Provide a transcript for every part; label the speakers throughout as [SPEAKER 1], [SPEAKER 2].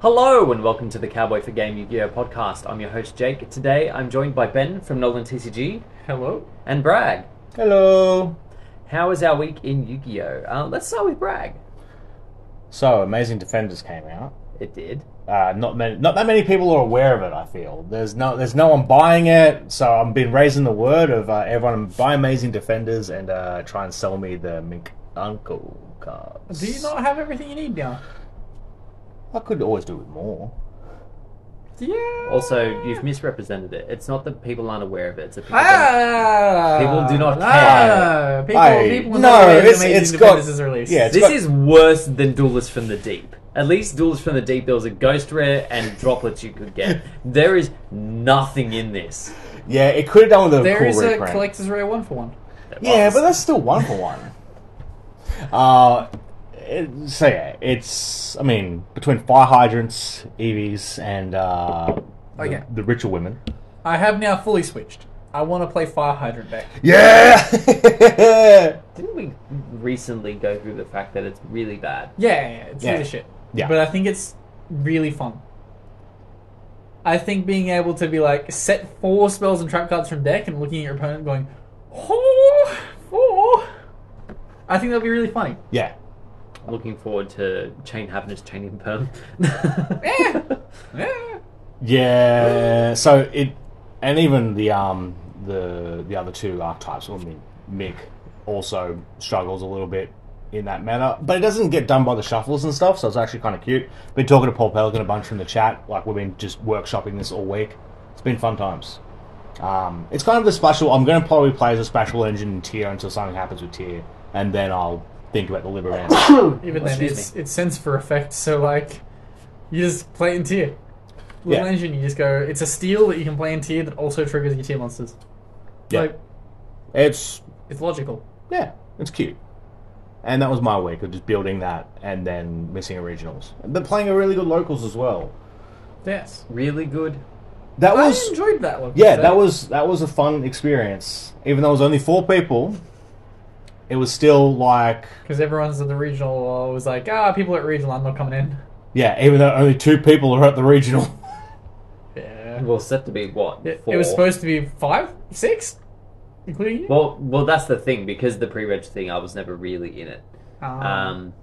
[SPEAKER 1] Hello and welcome to the Cowboy for Game Yu-Gi-Oh podcast. I'm your host Jake. Today I'm joined by Ben from Nolan TCG
[SPEAKER 2] Hello.
[SPEAKER 1] and Bragg.
[SPEAKER 3] Hello.
[SPEAKER 1] How was our week in Yu-Gi-Oh? Uh, let's start with Bragg.
[SPEAKER 3] So, Amazing Defenders came out.
[SPEAKER 1] It did.
[SPEAKER 3] Uh, not many, not that many people are aware of it. I feel there's no, there's no one buying it. So I've been raising the word of uh, everyone buy Amazing Defenders and uh, try and sell me the Mink Uncle cards.
[SPEAKER 2] Do you not have everything you need now?
[SPEAKER 3] I could always do with more.
[SPEAKER 2] Yeah.
[SPEAKER 1] Also, you've misrepresented it. It's not that people aren't aware of it. It's that people don't-
[SPEAKER 2] Ah,
[SPEAKER 1] People do not
[SPEAKER 2] Ah, people,
[SPEAKER 3] I-
[SPEAKER 2] people will
[SPEAKER 3] no,
[SPEAKER 2] know when
[SPEAKER 3] it's-
[SPEAKER 2] Amazing
[SPEAKER 3] it's got-
[SPEAKER 2] Defenders is released.
[SPEAKER 3] yeah, it's-
[SPEAKER 1] This
[SPEAKER 3] got-
[SPEAKER 1] is worse than Duelist from the Deep. At least Duelist from the Deep, there was a ghost rare and droplets you could get. There is nothing in this.
[SPEAKER 3] Yeah, it could have done with a
[SPEAKER 2] there
[SPEAKER 3] cool
[SPEAKER 2] is
[SPEAKER 3] reprint.
[SPEAKER 2] a collector's rare one for one.
[SPEAKER 3] Yeah, but that's still one for one. Uh, it, so yeah, it's I mean between fire hydrants, EVs, and uh, the-
[SPEAKER 2] Okay.
[SPEAKER 3] the, richer women.
[SPEAKER 2] I have now fully switched. I want to play Fire Hydrant back.
[SPEAKER 3] Yeah,
[SPEAKER 1] Didn't we recently go through the fact that it's really bad?
[SPEAKER 2] Yeah, yeah, yeah, it's
[SPEAKER 3] Yeah.
[SPEAKER 2] really shit.
[SPEAKER 3] Yeah.
[SPEAKER 2] But I think it's really fun. I think being able to be like set four spells and trap cards from deck and looking at your opponent going, oh, oh. I think that'll be really funny.
[SPEAKER 3] yeah.
[SPEAKER 1] Looking forward to Chain Happiness, Chain Imperm.
[SPEAKER 2] Yeah. Yeah.
[SPEAKER 3] Yeah. So it, and even the um the the other two archetypes. I mean, Mick also struggles a little bit in that manner, but it doesn't get done by the shuffles and stuff. So it's actually kind of cute. Been talking to Paul Pelican a bunch from the chat. Like we've been just workshopping this all week. It's been fun times. Um, it's kind of the special. I'm going to probably play as a special engine in tier until something happens with tier, and then I'll think about the Liberance.
[SPEAKER 2] Even
[SPEAKER 1] Well,
[SPEAKER 2] then,
[SPEAKER 1] excuse
[SPEAKER 2] it's, it's sense for effect, so like, you just play it in tier. Little
[SPEAKER 3] Yeah.
[SPEAKER 2] engine, you just go, it's a steal that you can play in tier that also triggers your tier monsters.
[SPEAKER 3] Yeah.
[SPEAKER 2] Like,
[SPEAKER 3] it's
[SPEAKER 2] it's logical.
[SPEAKER 3] yeah, it's cute. And that was my week of just building that and then missing originals. But playing a really good locals as well.
[SPEAKER 2] Yes.
[SPEAKER 1] really good.
[SPEAKER 3] That
[SPEAKER 2] I
[SPEAKER 3] was
[SPEAKER 2] enjoyed that one.
[SPEAKER 3] yeah, that was that was a fun experience. Even though it was only four people, it was still like
[SPEAKER 2] Because everyone's at the regional uh, was like, ah, people at regional, I'm not coming in.
[SPEAKER 3] yeah, even though only two people are at the regional.
[SPEAKER 2] Yeah.
[SPEAKER 1] Well, set to be what?
[SPEAKER 2] It,
[SPEAKER 1] four?
[SPEAKER 2] it was supposed to be five, six, including you.
[SPEAKER 1] Well, well, that's the thing because the pre-reg thing, I was never really in it. Um,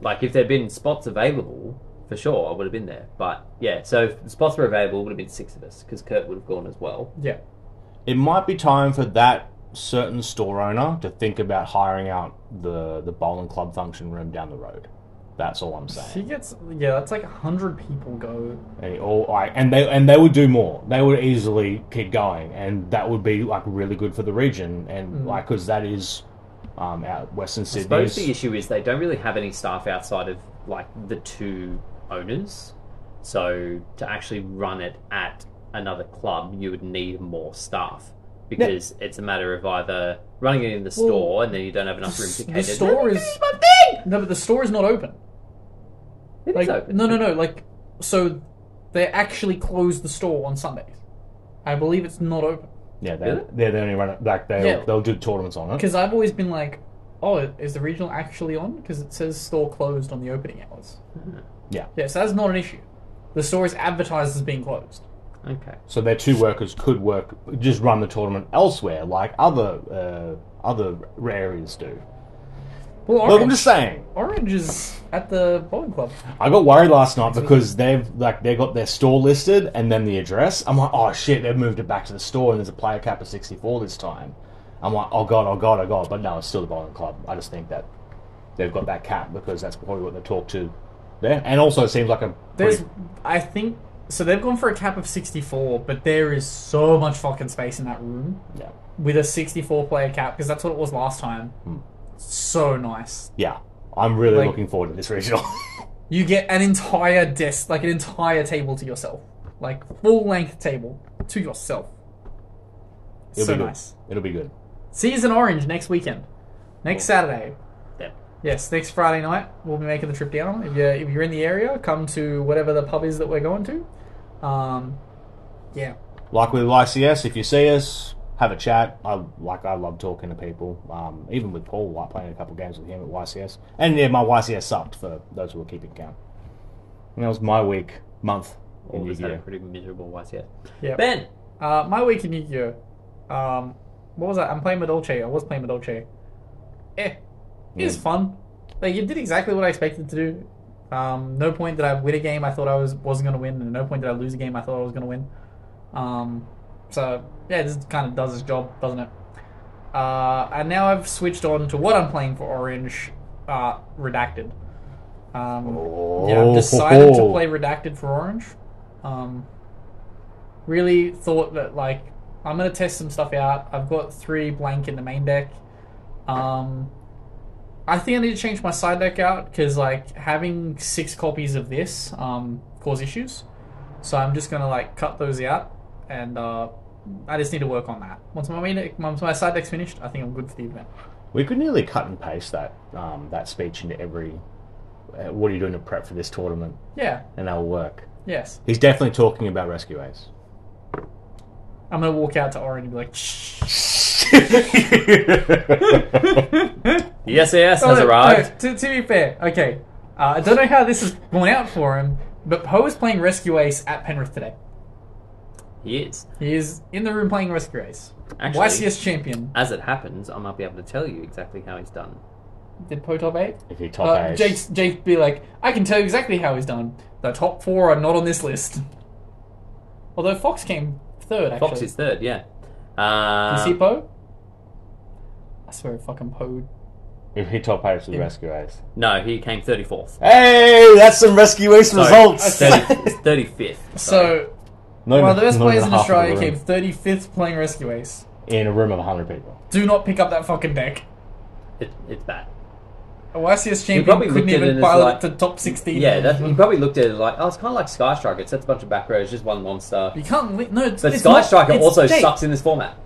[SPEAKER 1] like if there'd been spots available, for sure I would have been there. But yeah, so if spots were available, it would have been six of us because Kurt would have gone as well.
[SPEAKER 2] yeah.
[SPEAKER 3] it might be time for that certain store owner to think about hiring out the the bowling club function room down the road. That's all I'm saying.
[SPEAKER 2] She gets yeah. That's like hundred people go.
[SPEAKER 3] And it all like, and they and they would do more. They would easily keep going, and that would be like really good for the region, and
[SPEAKER 2] Mm.
[SPEAKER 3] like 'cause like because that is um, out Western
[SPEAKER 1] I suppose the
[SPEAKER 3] Sydney.
[SPEAKER 1] issue is they don't really have any staff outside of like the two owners. So to actually run it at another club, you would need more staff because it's a matter of either running it in the store and then you don't have enough room to
[SPEAKER 2] The
[SPEAKER 1] cater.
[SPEAKER 2] store
[SPEAKER 1] Let me
[SPEAKER 2] is-
[SPEAKER 1] finish my thing!
[SPEAKER 2] No, but the store is not open.
[SPEAKER 1] It is
[SPEAKER 2] Like
[SPEAKER 1] open.
[SPEAKER 2] no, no, no. Like so, they actually close the store on Sundays. I believe it's not open
[SPEAKER 3] Yeah, they
[SPEAKER 1] Really?
[SPEAKER 3] they're the only runner. Like they
[SPEAKER 2] Yeah.
[SPEAKER 3] will they'll do tournaments on it.
[SPEAKER 2] because I've always been like, oh, is the regional actually on? Because it says store closed on the opening hours.
[SPEAKER 3] Yeah.
[SPEAKER 2] Yeah, so that's not an issue. The store is advertised as being closed.
[SPEAKER 1] Okay.
[SPEAKER 3] So their two workers could work just run the tournament elsewhere, like other uh, other areas do.
[SPEAKER 2] Well,
[SPEAKER 3] Look,
[SPEAKER 2] orange,
[SPEAKER 3] I'm just saying.
[SPEAKER 2] orange is at the bowling club.
[SPEAKER 3] I got worried last night because they've like they got their store listed and then the address. I'm like, oh shit, they've moved it back to the store and there's a player cap of 64 this time. I'm like, oh god, oh god, oh god. But no, it's still the bowling club. I just think that they've got that cap because that's probably what they talk to there. And also, it seems like a
[SPEAKER 2] There's,
[SPEAKER 3] pretty-
[SPEAKER 2] I think, so they've gone for a cap of 64, but there is so much fucking space in that room
[SPEAKER 3] yeah,
[SPEAKER 2] with a 64 player cap because that's what it was last time.
[SPEAKER 3] Hmm.
[SPEAKER 2] So nice.
[SPEAKER 3] yeah. I'm really
[SPEAKER 2] Like-
[SPEAKER 3] looking forward to this regional.
[SPEAKER 2] You get an entire desk, like an entire table to yourself, like full length table to yourself.
[SPEAKER 3] It'll
[SPEAKER 2] so
[SPEAKER 3] be good.
[SPEAKER 2] nice.
[SPEAKER 3] It'll be good.
[SPEAKER 2] Season Orange next weekend, next Saturday.
[SPEAKER 1] Yep.
[SPEAKER 2] Yes, next Friday night we'll be making the trip down. If you're if you're in the area, come to whatever the pub is that we're going to. Um, yeah,
[SPEAKER 3] Like with YCS, if you see us, have a chat. I like I love talking to people. Um, even with Paul, like playing a couple games with him at YCS. And yeah, my YCS sucked for those who were keeping count. Oh, And that was my week, month.
[SPEAKER 1] All
[SPEAKER 3] in
[SPEAKER 1] of us had a
[SPEAKER 3] Yu-Gi-Oh.
[SPEAKER 1] pretty miserable ones yet.
[SPEAKER 2] Yep.
[SPEAKER 1] Ben,
[SPEAKER 2] Uh, my week in Yu-Gi-Oh. Um, what was that? I'm playing Madolce. I was playing Madolce. Eh, it was fun. Like it did exactly what I expected to do. Um, no point did I win a game I thought I was wasn't gonna win, and no point did I lose a game I thought I was gonna win. Um, so yeah, this kind of does its job, doesn't it? Uh, and now I've switched on to what I'm playing for Orange, uh, Redacted. Um, yeah, I've decided to
[SPEAKER 3] Oh.
[SPEAKER 2] play Redacted for Orange. Um, really thought that like I'm gonna test some stuff out. I've got three blank in the main deck. Um, I think I need to change my side deck out because like having six copies of this um, cause issues. So I'm just gonna like cut those out, and uh, I just need to work on that. Once my main deck, once my side deck's finished, I think I'm good for the event.
[SPEAKER 3] We could nearly cut and paste that um, that speech into every. Uh, what are you doing to prep for this tournament?
[SPEAKER 2] Yeah.
[SPEAKER 3] And that'll work.
[SPEAKER 2] Yes.
[SPEAKER 3] He's definitely talking about rescue ace.
[SPEAKER 2] I'm gonna walk out to Orange and be like, "Shh."
[SPEAKER 1] the SAS has
[SPEAKER 2] Oh, no,
[SPEAKER 1] arrived.
[SPEAKER 2] no, to, to be fair, okay. Uh, I don't know how this has gone out for him, but Poe is playing Rescue Ace at Penrith today.
[SPEAKER 1] He is.
[SPEAKER 2] He is in the room playing Rescue Ace.
[SPEAKER 1] Actually,
[SPEAKER 2] YCS champion.
[SPEAKER 1] as it happens, I might be able to tell you exactly how he's done.
[SPEAKER 2] Did Poe top 8?
[SPEAKER 3] if you top
[SPEAKER 2] Uh,
[SPEAKER 3] ace,
[SPEAKER 2] Jake's, Jake be like, I can tell you exactly how he's done. The top four are not on this list. Although Fox came third, actually.
[SPEAKER 1] Fox is third, yeah. Uh,
[SPEAKER 2] Did you see Poe? I swear, fucking Poe.
[SPEAKER 3] if he top ace with rescue ace.
[SPEAKER 1] no, he came 34th.
[SPEAKER 3] Hey, that's some rescue ace
[SPEAKER 1] Sorry,
[SPEAKER 3] results.
[SPEAKER 1] 30, it's 35th. sorry.
[SPEAKER 2] So, one of the best players in Australia came 35th playing Rescue Ace.
[SPEAKER 3] in a room of 100 people.
[SPEAKER 2] Do not pick up that fucking deck.
[SPEAKER 1] it, it's bad.
[SPEAKER 2] A YCS champion
[SPEAKER 1] probably
[SPEAKER 2] couldn't
[SPEAKER 1] looked at it
[SPEAKER 2] even
[SPEAKER 1] as
[SPEAKER 2] pilot
[SPEAKER 1] like-
[SPEAKER 2] to top 16.
[SPEAKER 1] Yeah, that, you probably looked at it like, oh, it's kind of like Sky Striker. It's just a bunch of back rows, just one monster.
[SPEAKER 2] You can't. Li- no, it's,
[SPEAKER 1] But
[SPEAKER 2] it's
[SPEAKER 1] Sky
[SPEAKER 2] not-
[SPEAKER 1] Striker
[SPEAKER 2] it's
[SPEAKER 1] also
[SPEAKER 2] Jake.
[SPEAKER 1] sucks in this format.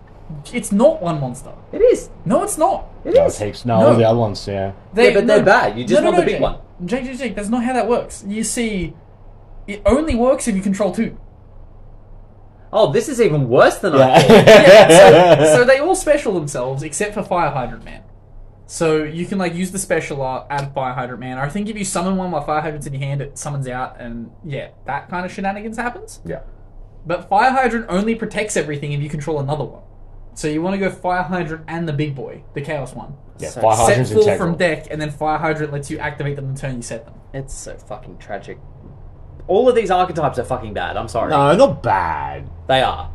[SPEAKER 2] It's not one monster.
[SPEAKER 1] It is.
[SPEAKER 2] No, it's not.
[SPEAKER 1] It
[SPEAKER 3] No,
[SPEAKER 1] is.
[SPEAKER 3] heaps. No,
[SPEAKER 2] No.
[SPEAKER 3] all the other ones, yeah.
[SPEAKER 2] They,
[SPEAKER 1] Yeah, but they're bad. You just want the big
[SPEAKER 2] Jake.
[SPEAKER 1] one.
[SPEAKER 2] Jake, Jake, Jake, that's not how that works. You see, it only works if you control two.
[SPEAKER 1] Oh, this is even worse than I thought.
[SPEAKER 2] Yeah, so, so they all special themselves except for Fire Hydrant Man. So you can like use the special art at Fire Hydrant Man. I think if you summon one while Fire Hydrant's in your hand, it summons out, and yeah, that kind of shenanigans happens.
[SPEAKER 3] yeah.
[SPEAKER 2] But Fire Hydrant only protects everything if you control another one. So you want to go Fire Hydrant and the big boy, the Chaos one.
[SPEAKER 3] Yeah,
[SPEAKER 1] So-
[SPEAKER 3] Fire
[SPEAKER 2] Set
[SPEAKER 3] Hydrant's
[SPEAKER 2] full
[SPEAKER 3] integral.
[SPEAKER 2] from deck, and then Fire Hydrant lets you activate them the turn you set them.
[SPEAKER 1] It's so fucking tragic. All of these archetypes are fucking bad. I'm sorry.
[SPEAKER 3] No, not bad.
[SPEAKER 1] They are.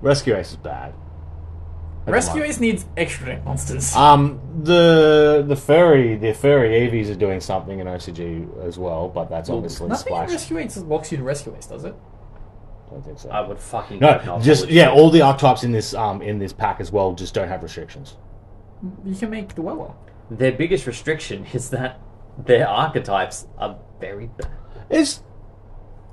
[SPEAKER 3] Rescue Ace is bad. I don't
[SPEAKER 2] Rescue
[SPEAKER 3] like
[SPEAKER 2] Ace needs extra deck monsters.
[SPEAKER 3] Um, the the furry the furry Eevees are doing something in OCG as well, but that's obviously
[SPEAKER 2] Nothing in
[SPEAKER 3] Splash.
[SPEAKER 2] Rescue Ace locks you to Rescue Ace, does it?
[SPEAKER 3] I don't think so.
[SPEAKER 2] Uh,
[SPEAKER 1] I would fucking hope
[SPEAKER 3] no,
[SPEAKER 1] not.
[SPEAKER 3] just
[SPEAKER 1] Holy
[SPEAKER 3] yeah,
[SPEAKER 1] shit.
[SPEAKER 3] all the archetypes in this um in this pack as well just don't have restrictions.
[SPEAKER 2] You can make Dweller.
[SPEAKER 1] Their biggest restriction is that their archetypes are very bad.
[SPEAKER 3] It's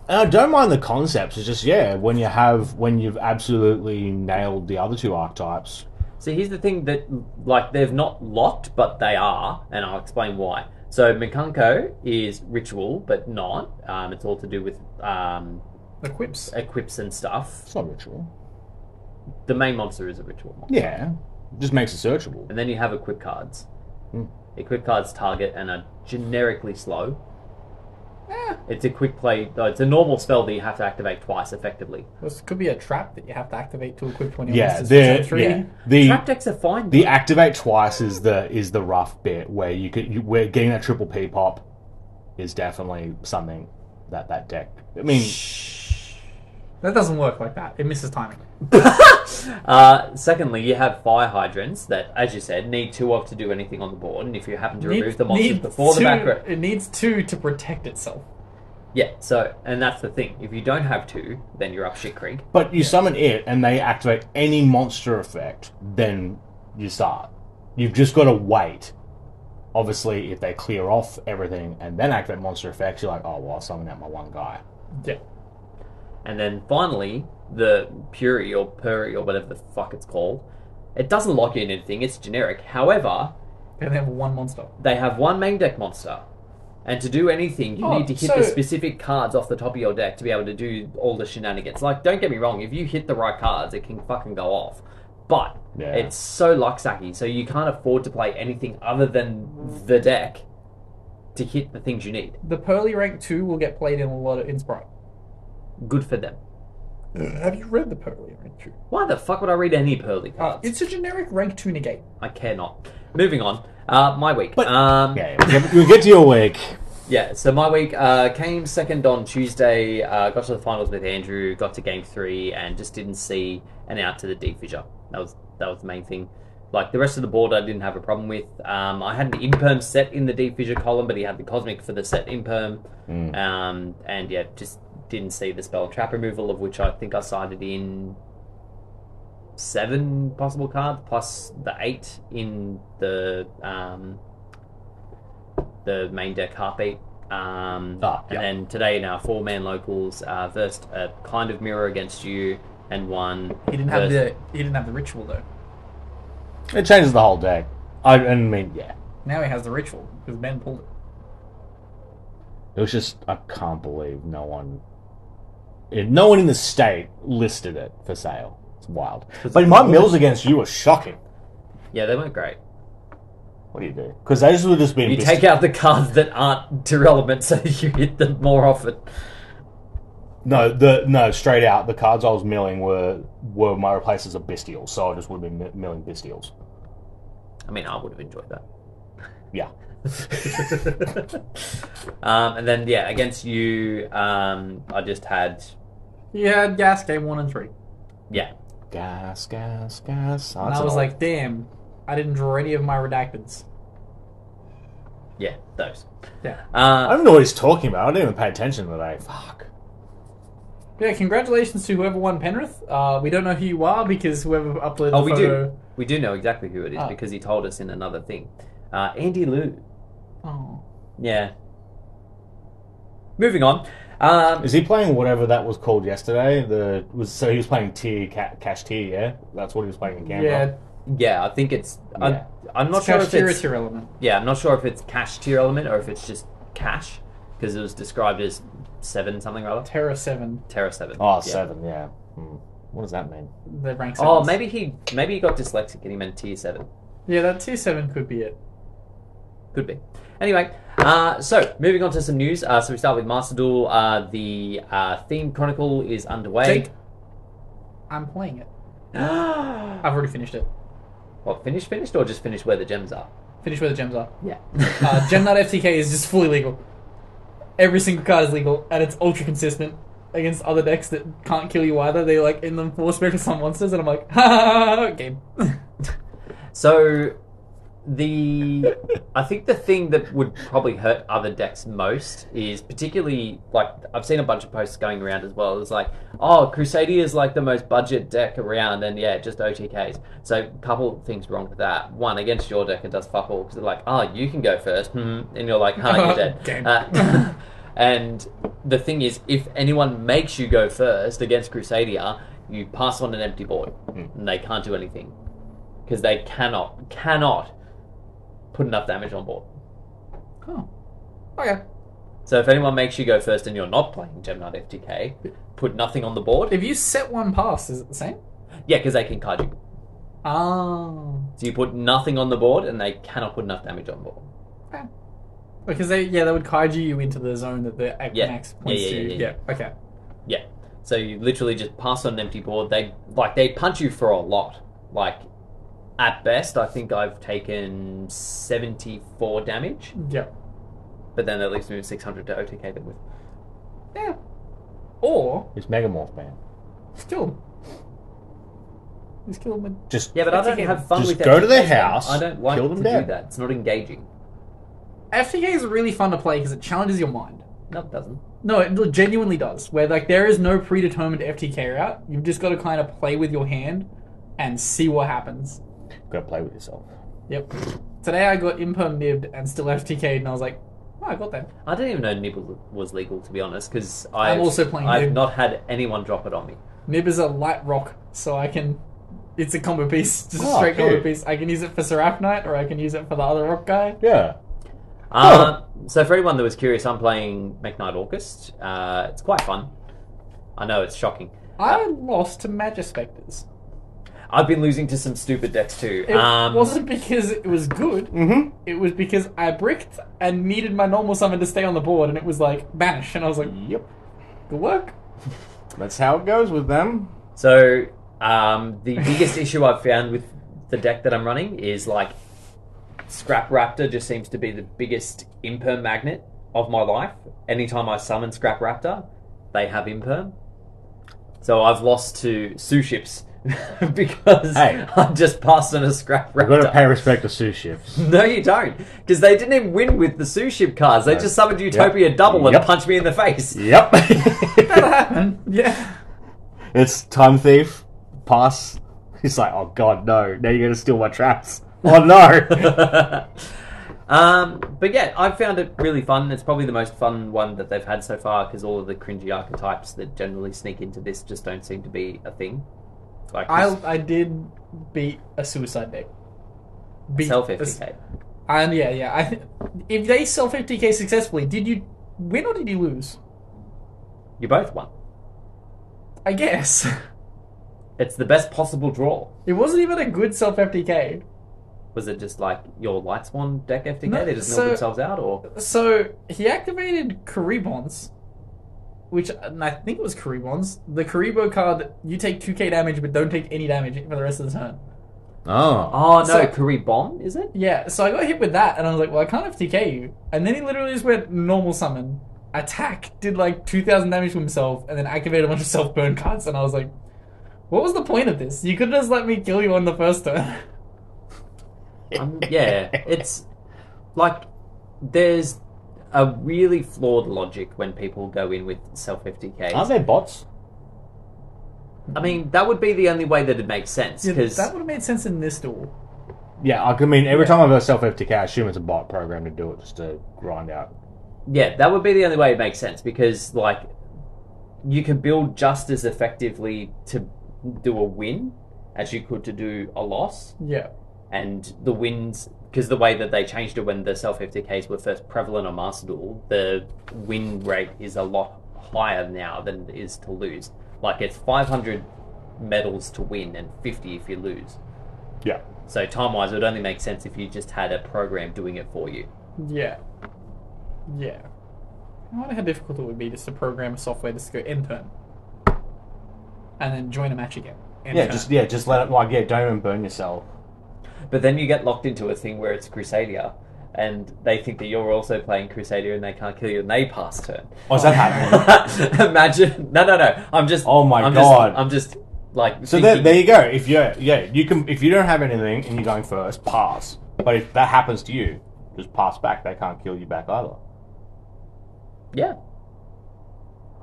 [SPEAKER 3] and I don't mind the concepts. It's just yeah, when you have when you've absolutely nailed the other two archetypes,
[SPEAKER 1] So here's the thing that like they've not locked, but they are, and I'll explain why. So Mikanko is ritual, but not. Um, it's all to do with um,
[SPEAKER 2] The Quips.
[SPEAKER 1] equips and stuff.
[SPEAKER 3] it's not ritual.
[SPEAKER 1] The main monster is a ritual monster,
[SPEAKER 3] Yeah, it just makes it searchable.
[SPEAKER 1] and then you have equip cards.
[SPEAKER 3] Hmm.
[SPEAKER 1] Equip cards target and are generically slow.
[SPEAKER 2] Eh,
[SPEAKER 3] Ah.
[SPEAKER 1] It's a quick play. Oh, it's a normal spell that you have to activate twice effectively.
[SPEAKER 2] this could be a trap that you have to activate to equip 20
[SPEAKER 3] Yeah,
[SPEAKER 2] monsters. for turn
[SPEAKER 3] the
[SPEAKER 2] three.
[SPEAKER 3] yeah, the
[SPEAKER 1] Trap decks are fine.
[SPEAKER 3] The
[SPEAKER 1] but
[SPEAKER 3] activate twice is the is the rough bit where you could you, where getting that triple P pop is definitely something that that deck. I mean,
[SPEAKER 2] That doesn't work like that. It misses timing.
[SPEAKER 1] Uh, secondly, you have fire hydrants that, as you said, need two of to do anything on the board, and if you happen to remove the monsters
[SPEAKER 2] needs
[SPEAKER 1] before
[SPEAKER 2] two-
[SPEAKER 1] the back row,
[SPEAKER 2] It needs two to protect itself.
[SPEAKER 1] yeah. So, and that's the thing. If you don't have two, then you're up shit creek.
[SPEAKER 3] but you summon it and they activate any monster effect, then you start. You've just got to wait. Obviously, if they clear off everything and then activate monster effects, you're like, oh well, I summoned out my one guy.
[SPEAKER 2] Yeah.
[SPEAKER 1] And then finally, the Puri or Puri or whatever the fuck it's called, it doesn't lock in anything. It's generic. However,
[SPEAKER 2] They only have one monster.
[SPEAKER 1] they have one main deck monster. And to do anything, you
[SPEAKER 2] Oh,
[SPEAKER 1] need to hit
[SPEAKER 2] so-
[SPEAKER 1] the specific cards off the top of your deck to be able to do all the shenanigans. Like, don't get me wrong, if you hit the right cards, it can fucking go off. But
[SPEAKER 3] Yeah.
[SPEAKER 1] it's so luck sucky, so you can't afford to play anything other than the deck to hit the things you need.
[SPEAKER 2] The Pearly rank two will get played in a lot of in Sprite.
[SPEAKER 1] Good for them.
[SPEAKER 2] Uh, Have you read the Pearly rank two?
[SPEAKER 1] Why the fuck would I read any pearly
[SPEAKER 2] Uh,
[SPEAKER 1] cards?
[SPEAKER 2] it's a generic rank two negate.
[SPEAKER 1] I care not. Moving on. Uh, my week.
[SPEAKER 3] But-
[SPEAKER 1] um,
[SPEAKER 3] Yeah, we'll get- we'll get to your week.
[SPEAKER 1] Yeah, so my week uh, came second on Tuesday. Uh, got to the finals with Andrew. Got to game three and just didn't see an out to the deep fissure. That was that was the main thing. Like the rest of the board, I didn't have a problem with. Um, I had an imperm set in the deep fissure column, but he had the cosmic for the set imperm. Um, and yeah, just didn't see the spell trap removal, of which I think I sided in seven possible cards plus the eight in the um, the main deck heartbeat. Um,
[SPEAKER 3] Ah, yeah.
[SPEAKER 1] And then today in our four man locals, uh, versed a kind of mirror against you and one.
[SPEAKER 2] He didn't have
[SPEAKER 1] versed-
[SPEAKER 2] the he didn't have the ritual though.
[SPEAKER 3] It changes the whole deck. I, I mean, yeah.
[SPEAKER 2] Now he has the ritual because Ben pulled it.
[SPEAKER 3] It was just I can't believe no one, eh, no one in the state listed it for sale. It's wild. But my mills against you were shocking.
[SPEAKER 1] Yeah, they weren't great.
[SPEAKER 3] What do you do? Because those would just been
[SPEAKER 1] You take out the cards that aren't irrelevant, so you hit them more often.
[SPEAKER 3] no the no straight out the cards I was milling were were my replaces of bestials, so I just would have been mi- milling bestials.
[SPEAKER 1] I mean, I would have enjoyed that.
[SPEAKER 3] Yeah.
[SPEAKER 1] um, and then yeah, against you, um, I just had
[SPEAKER 2] He had gas game one and three.
[SPEAKER 1] yeah,
[SPEAKER 3] Gas, gas, gas. Oh,
[SPEAKER 2] And
[SPEAKER 3] that's
[SPEAKER 2] I
[SPEAKER 3] an
[SPEAKER 2] was
[SPEAKER 3] old-
[SPEAKER 2] like, damn, I didn't draw any of my redacteds.
[SPEAKER 1] yeah, those.
[SPEAKER 2] Yeah.
[SPEAKER 3] I
[SPEAKER 1] Uh,
[SPEAKER 3] don't know what he's talking about. I didn't even pay attention today. Fuck.
[SPEAKER 2] Yeah, congratulations to whoever won Penrith. Uh, we don't know who you are because whoever uploaded
[SPEAKER 1] oh,
[SPEAKER 2] the
[SPEAKER 1] we
[SPEAKER 2] photo.
[SPEAKER 1] do we do know exactly who it is
[SPEAKER 2] Ah.
[SPEAKER 1] because he told us in another thing. Uh, Andy Lou.
[SPEAKER 2] Oh.
[SPEAKER 1] Yeah. Moving on. Um,
[SPEAKER 3] Is he playing whatever that was called yesterday? The was so he was playing tier ca- cash tier, yeah. That's what he was playing in Canberra.
[SPEAKER 2] Yeah,
[SPEAKER 1] yeah, I think it's.
[SPEAKER 3] Yeah.
[SPEAKER 1] I, I'm not sure if
[SPEAKER 2] Cashtier
[SPEAKER 1] it's
[SPEAKER 2] is irrelevant.
[SPEAKER 1] yeah, I'm not sure if it's cash tier element or if it's just cash because it was described as seven something or other.
[SPEAKER 2] Terra 7,
[SPEAKER 1] Terra seven.
[SPEAKER 3] Oh,
[SPEAKER 1] Yeah.
[SPEAKER 3] seven, yeah. Hmm. What does that mean?
[SPEAKER 2] the rank 7.
[SPEAKER 1] Oh, maybe he maybe he got dyslexic and he meant tier seven.
[SPEAKER 2] Yeah, that tier 7 could be it.
[SPEAKER 1] Could be. Anyway, uh, so moving on to some news. Uh, so we start with Master Duel. Uh, the uh, theme chronicle is underway.
[SPEAKER 2] Jake, I'm playing it.
[SPEAKER 1] what
[SPEAKER 2] I've already finished it.
[SPEAKER 1] finished? Finished or just finished where the gems are?
[SPEAKER 2] Finished where the gems are.
[SPEAKER 1] Yeah.
[SPEAKER 2] Uh, Gem.FTK is just fully legal. Every single card is legal, and it's ultra consistent against other decks that can't kill you either. They like in them four special summon monsters, and I'm like, ha ha, ha, ha, game.
[SPEAKER 1] So the I think the thing that would probably hurt other decks most is particularly like I've seen a bunch of posts going around as well. It's like, oh, Crusadia is like the most budget deck around, and yeah, it just OTKs. So couple things wrong with that. One against your deck, it does fuck all because they're like, oh, you can go first, hmm, and you're like, huh, you're dead.
[SPEAKER 2] Game.
[SPEAKER 1] Uh, and the thing is, if anyone makes you go first against Crusadia, you pass on an empty board, and they can't do anything because they cannot cannot put enough damage on board.
[SPEAKER 2] oh, okay.
[SPEAKER 1] So if anyone makes you go first and you're not playing Gemini FTK, put nothing on the board.
[SPEAKER 2] If you set one pass, is it the same?
[SPEAKER 1] Yeah, because they can card you.
[SPEAKER 2] Oh,
[SPEAKER 1] So you put nothing on the board and they cannot put enough damage on board.
[SPEAKER 2] because they yeah they would kaiju you into the zone that the ac-
[SPEAKER 1] Yeah.
[SPEAKER 2] max points
[SPEAKER 1] Yeah, yeah,
[SPEAKER 2] to.
[SPEAKER 1] yeah, yeah,
[SPEAKER 2] okay.
[SPEAKER 1] Yeah. So you literally just pass on an empty board. They like they punch you for a lot. Like at best, I think I've taken seventy four damage,
[SPEAKER 2] Yeah.
[SPEAKER 1] but then that leaves me with six hundred to OTK them with.
[SPEAKER 2] Yeah. Or
[SPEAKER 3] It's Megamorph man.
[SPEAKER 2] just kill him. Just kill him. With...
[SPEAKER 3] Just
[SPEAKER 1] Yeah, but I don't
[SPEAKER 2] FTK.
[SPEAKER 1] have fun
[SPEAKER 3] Just
[SPEAKER 1] with that.
[SPEAKER 3] go to their house,
[SPEAKER 1] I don't like
[SPEAKER 3] kill them
[SPEAKER 1] to
[SPEAKER 3] dead.
[SPEAKER 1] do that. It's not engaging.
[SPEAKER 2] FTK is really fun to play because it challenges your mind.
[SPEAKER 1] No, it doesn't.
[SPEAKER 2] No, it genuinely does. Where like there is no predetermined FTK route. You've just got to kind of play with your hand and see what happens.
[SPEAKER 3] go play with yourself.
[SPEAKER 2] Yep. Today I got imperm nibbed and still FTK'd, and I was like, oh, I got that.
[SPEAKER 1] I didn't even know nibble was legal to be honest, because
[SPEAKER 2] I'm also playing
[SPEAKER 1] I've
[SPEAKER 2] Nib.
[SPEAKER 1] not had anyone drop it on me.
[SPEAKER 2] Nib is a light rock, so I can. It's a combo piece, just a
[SPEAKER 3] Oh,
[SPEAKER 2] straight combo
[SPEAKER 3] cute.
[SPEAKER 2] piece. I can use it for Seraph Knight, or I can use it for the other rock guy.
[SPEAKER 3] Yeah.
[SPEAKER 1] Uh, so for anyone that was curious, I'm playing McKnight August. Uh, it's quite fun. I know it's shocking.
[SPEAKER 2] I lost to Magispectors.
[SPEAKER 1] I've been losing to some stupid decks too.
[SPEAKER 2] It
[SPEAKER 1] um,
[SPEAKER 2] wasn't because it was good.
[SPEAKER 3] Mm-hmm.
[SPEAKER 2] It was because I bricked and needed my normal summon to stay on the board, and it was like banish, and I was like,
[SPEAKER 3] Yep.
[SPEAKER 2] good work.
[SPEAKER 3] Mm-hmm. That's how it goes with them.
[SPEAKER 1] So um, the biggest issue I've found with the deck that I'm running is like Scrap Raptor just seems to be the biggest imperm magnet of my life. Anytime I summon Scrap Raptor, they have imperm. So I've lost to Sue Ships because
[SPEAKER 3] Hey.
[SPEAKER 1] I just passed on a Scrap
[SPEAKER 3] We've got to
[SPEAKER 1] Raptor.
[SPEAKER 3] pay respect to sous chefs.
[SPEAKER 1] no, you don't, because they didn't even win with the Sue Ship cards. They
[SPEAKER 3] No.
[SPEAKER 1] just summoned Utopia double and
[SPEAKER 3] Yep.
[SPEAKER 1] punched me in the face.
[SPEAKER 3] yep.
[SPEAKER 2] That'll happen. Yeah.
[SPEAKER 3] it's time thief. Pass. He's like, oh god, no. Now you're gonna steal my traps. Oh no.
[SPEAKER 1] um, but yeah, I've found it really fun. It's probably the most fun one that they've had so far because all of the cringy archetypes that generally sneak into this just don't seem to be a thing. Like
[SPEAKER 2] I
[SPEAKER 1] this
[SPEAKER 2] I did beat a suicide deck. Beat
[SPEAKER 1] self
[SPEAKER 2] a-
[SPEAKER 1] FPK.
[SPEAKER 2] And yeah, yeah. I th- if they sell 50k successfully, did you win or did you lose?
[SPEAKER 1] You both won.
[SPEAKER 2] I guess
[SPEAKER 1] It's the best possible draw.
[SPEAKER 2] it wasn't even a good self 50k.
[SPEAKER 1] Was it just like your light swan deck FTK?
[SPEAKER 2] No,
[SPEAKER 1] they just
[SPEAKER 2] so-
[SPEAKER 1] milled themselves out, or
[SPEAKER 2] So he activated Karibons, which and I think it was Karibons. The Karibo card that you take 2k damage but don't take any damage for the rest of the turn.
[SPEAKER 3] oh.
[SPEAKER 1] oh no,
[SPEAKER 2] So-
[SPEAKER 1] Kuri bomb is it?
[SPEAKER 2] Yeah, so I got hit with that, and I was like, well, I can't FTK you. And then he literally just went normal summon, attack, did like 2,000 damage to himself, and then activated a bunch of self burn cards. And I was like, what was the point of this? You could have just let me kill you on the first turn.
[SPEAKER 1] Um, yeah, it's like there's a really flawed logic when people go in with self FTK.
[SPEAKER 3] Aren't they bots?
[SPEAKER 1] I mean, that would be the only way that it makes sense
[SPEAKER 2] Yeah,
[SPEAKER 1] because
[SPEAKER 2] that would have made sense in this duel.
[SPEAKER 3] Yeah, I mean, every
[SPEAKER 2] Yeah.
[SPEAKER 3] time I've heard self FTK, I assume it's a bot program to do it just to grind out.
[SPEAKER 1] yeah, that would be the only way it makes sense because like you can build just as effectively to do a win as you could to do a loss,
[SPEAKER 2] Yeah.
[SPEAKER 1] and the wins because the way that they changed it when the self FTKs were first prevalent on Master Duel, the win rate is a lot higher now than it is to lose. Like it's 500 medals to win and 50 if you lose.
[SPEAKER 3] Yeah.
[SPEAKER 1] So time wise, it would only make sense if you just had a program doing it for you.
[SPEAKER 2] Yeah. Yeah. I wonder how difficult it would be just to program a software just to go end turn. And then join a match again. End
[SPEAKER 3] Yeah,
[SPEAKER 2] turn.
[SPEAKER 3] just yeah, just let it like yeah, don't even burn yourself.
[SPEAKER 1] But then you get locked into a thing where it's Crusadia, and they think that you're also playing Crusadia, and they can't kill you, and they pass turn.
[SPEAKER 3] Oh, is that happening?
[SPEAKER 1] Imagine, no, no, no. I'm just.
[SPEAKER 3] Oh my
[SPEAKER 1] I'm
[SPEAKER 3] God.
[SPEAKER 1] Just, I'm just like.
[SPEAKER 3] So there,
[SPEAKER 1] thinking,
[SPEAKER 3] there you go. If you yeah, you can if you don't have anything and you're going first, pass. But if that happens to you, just pass back. They can't kill you back either.
[SPEAKER 1] yeah.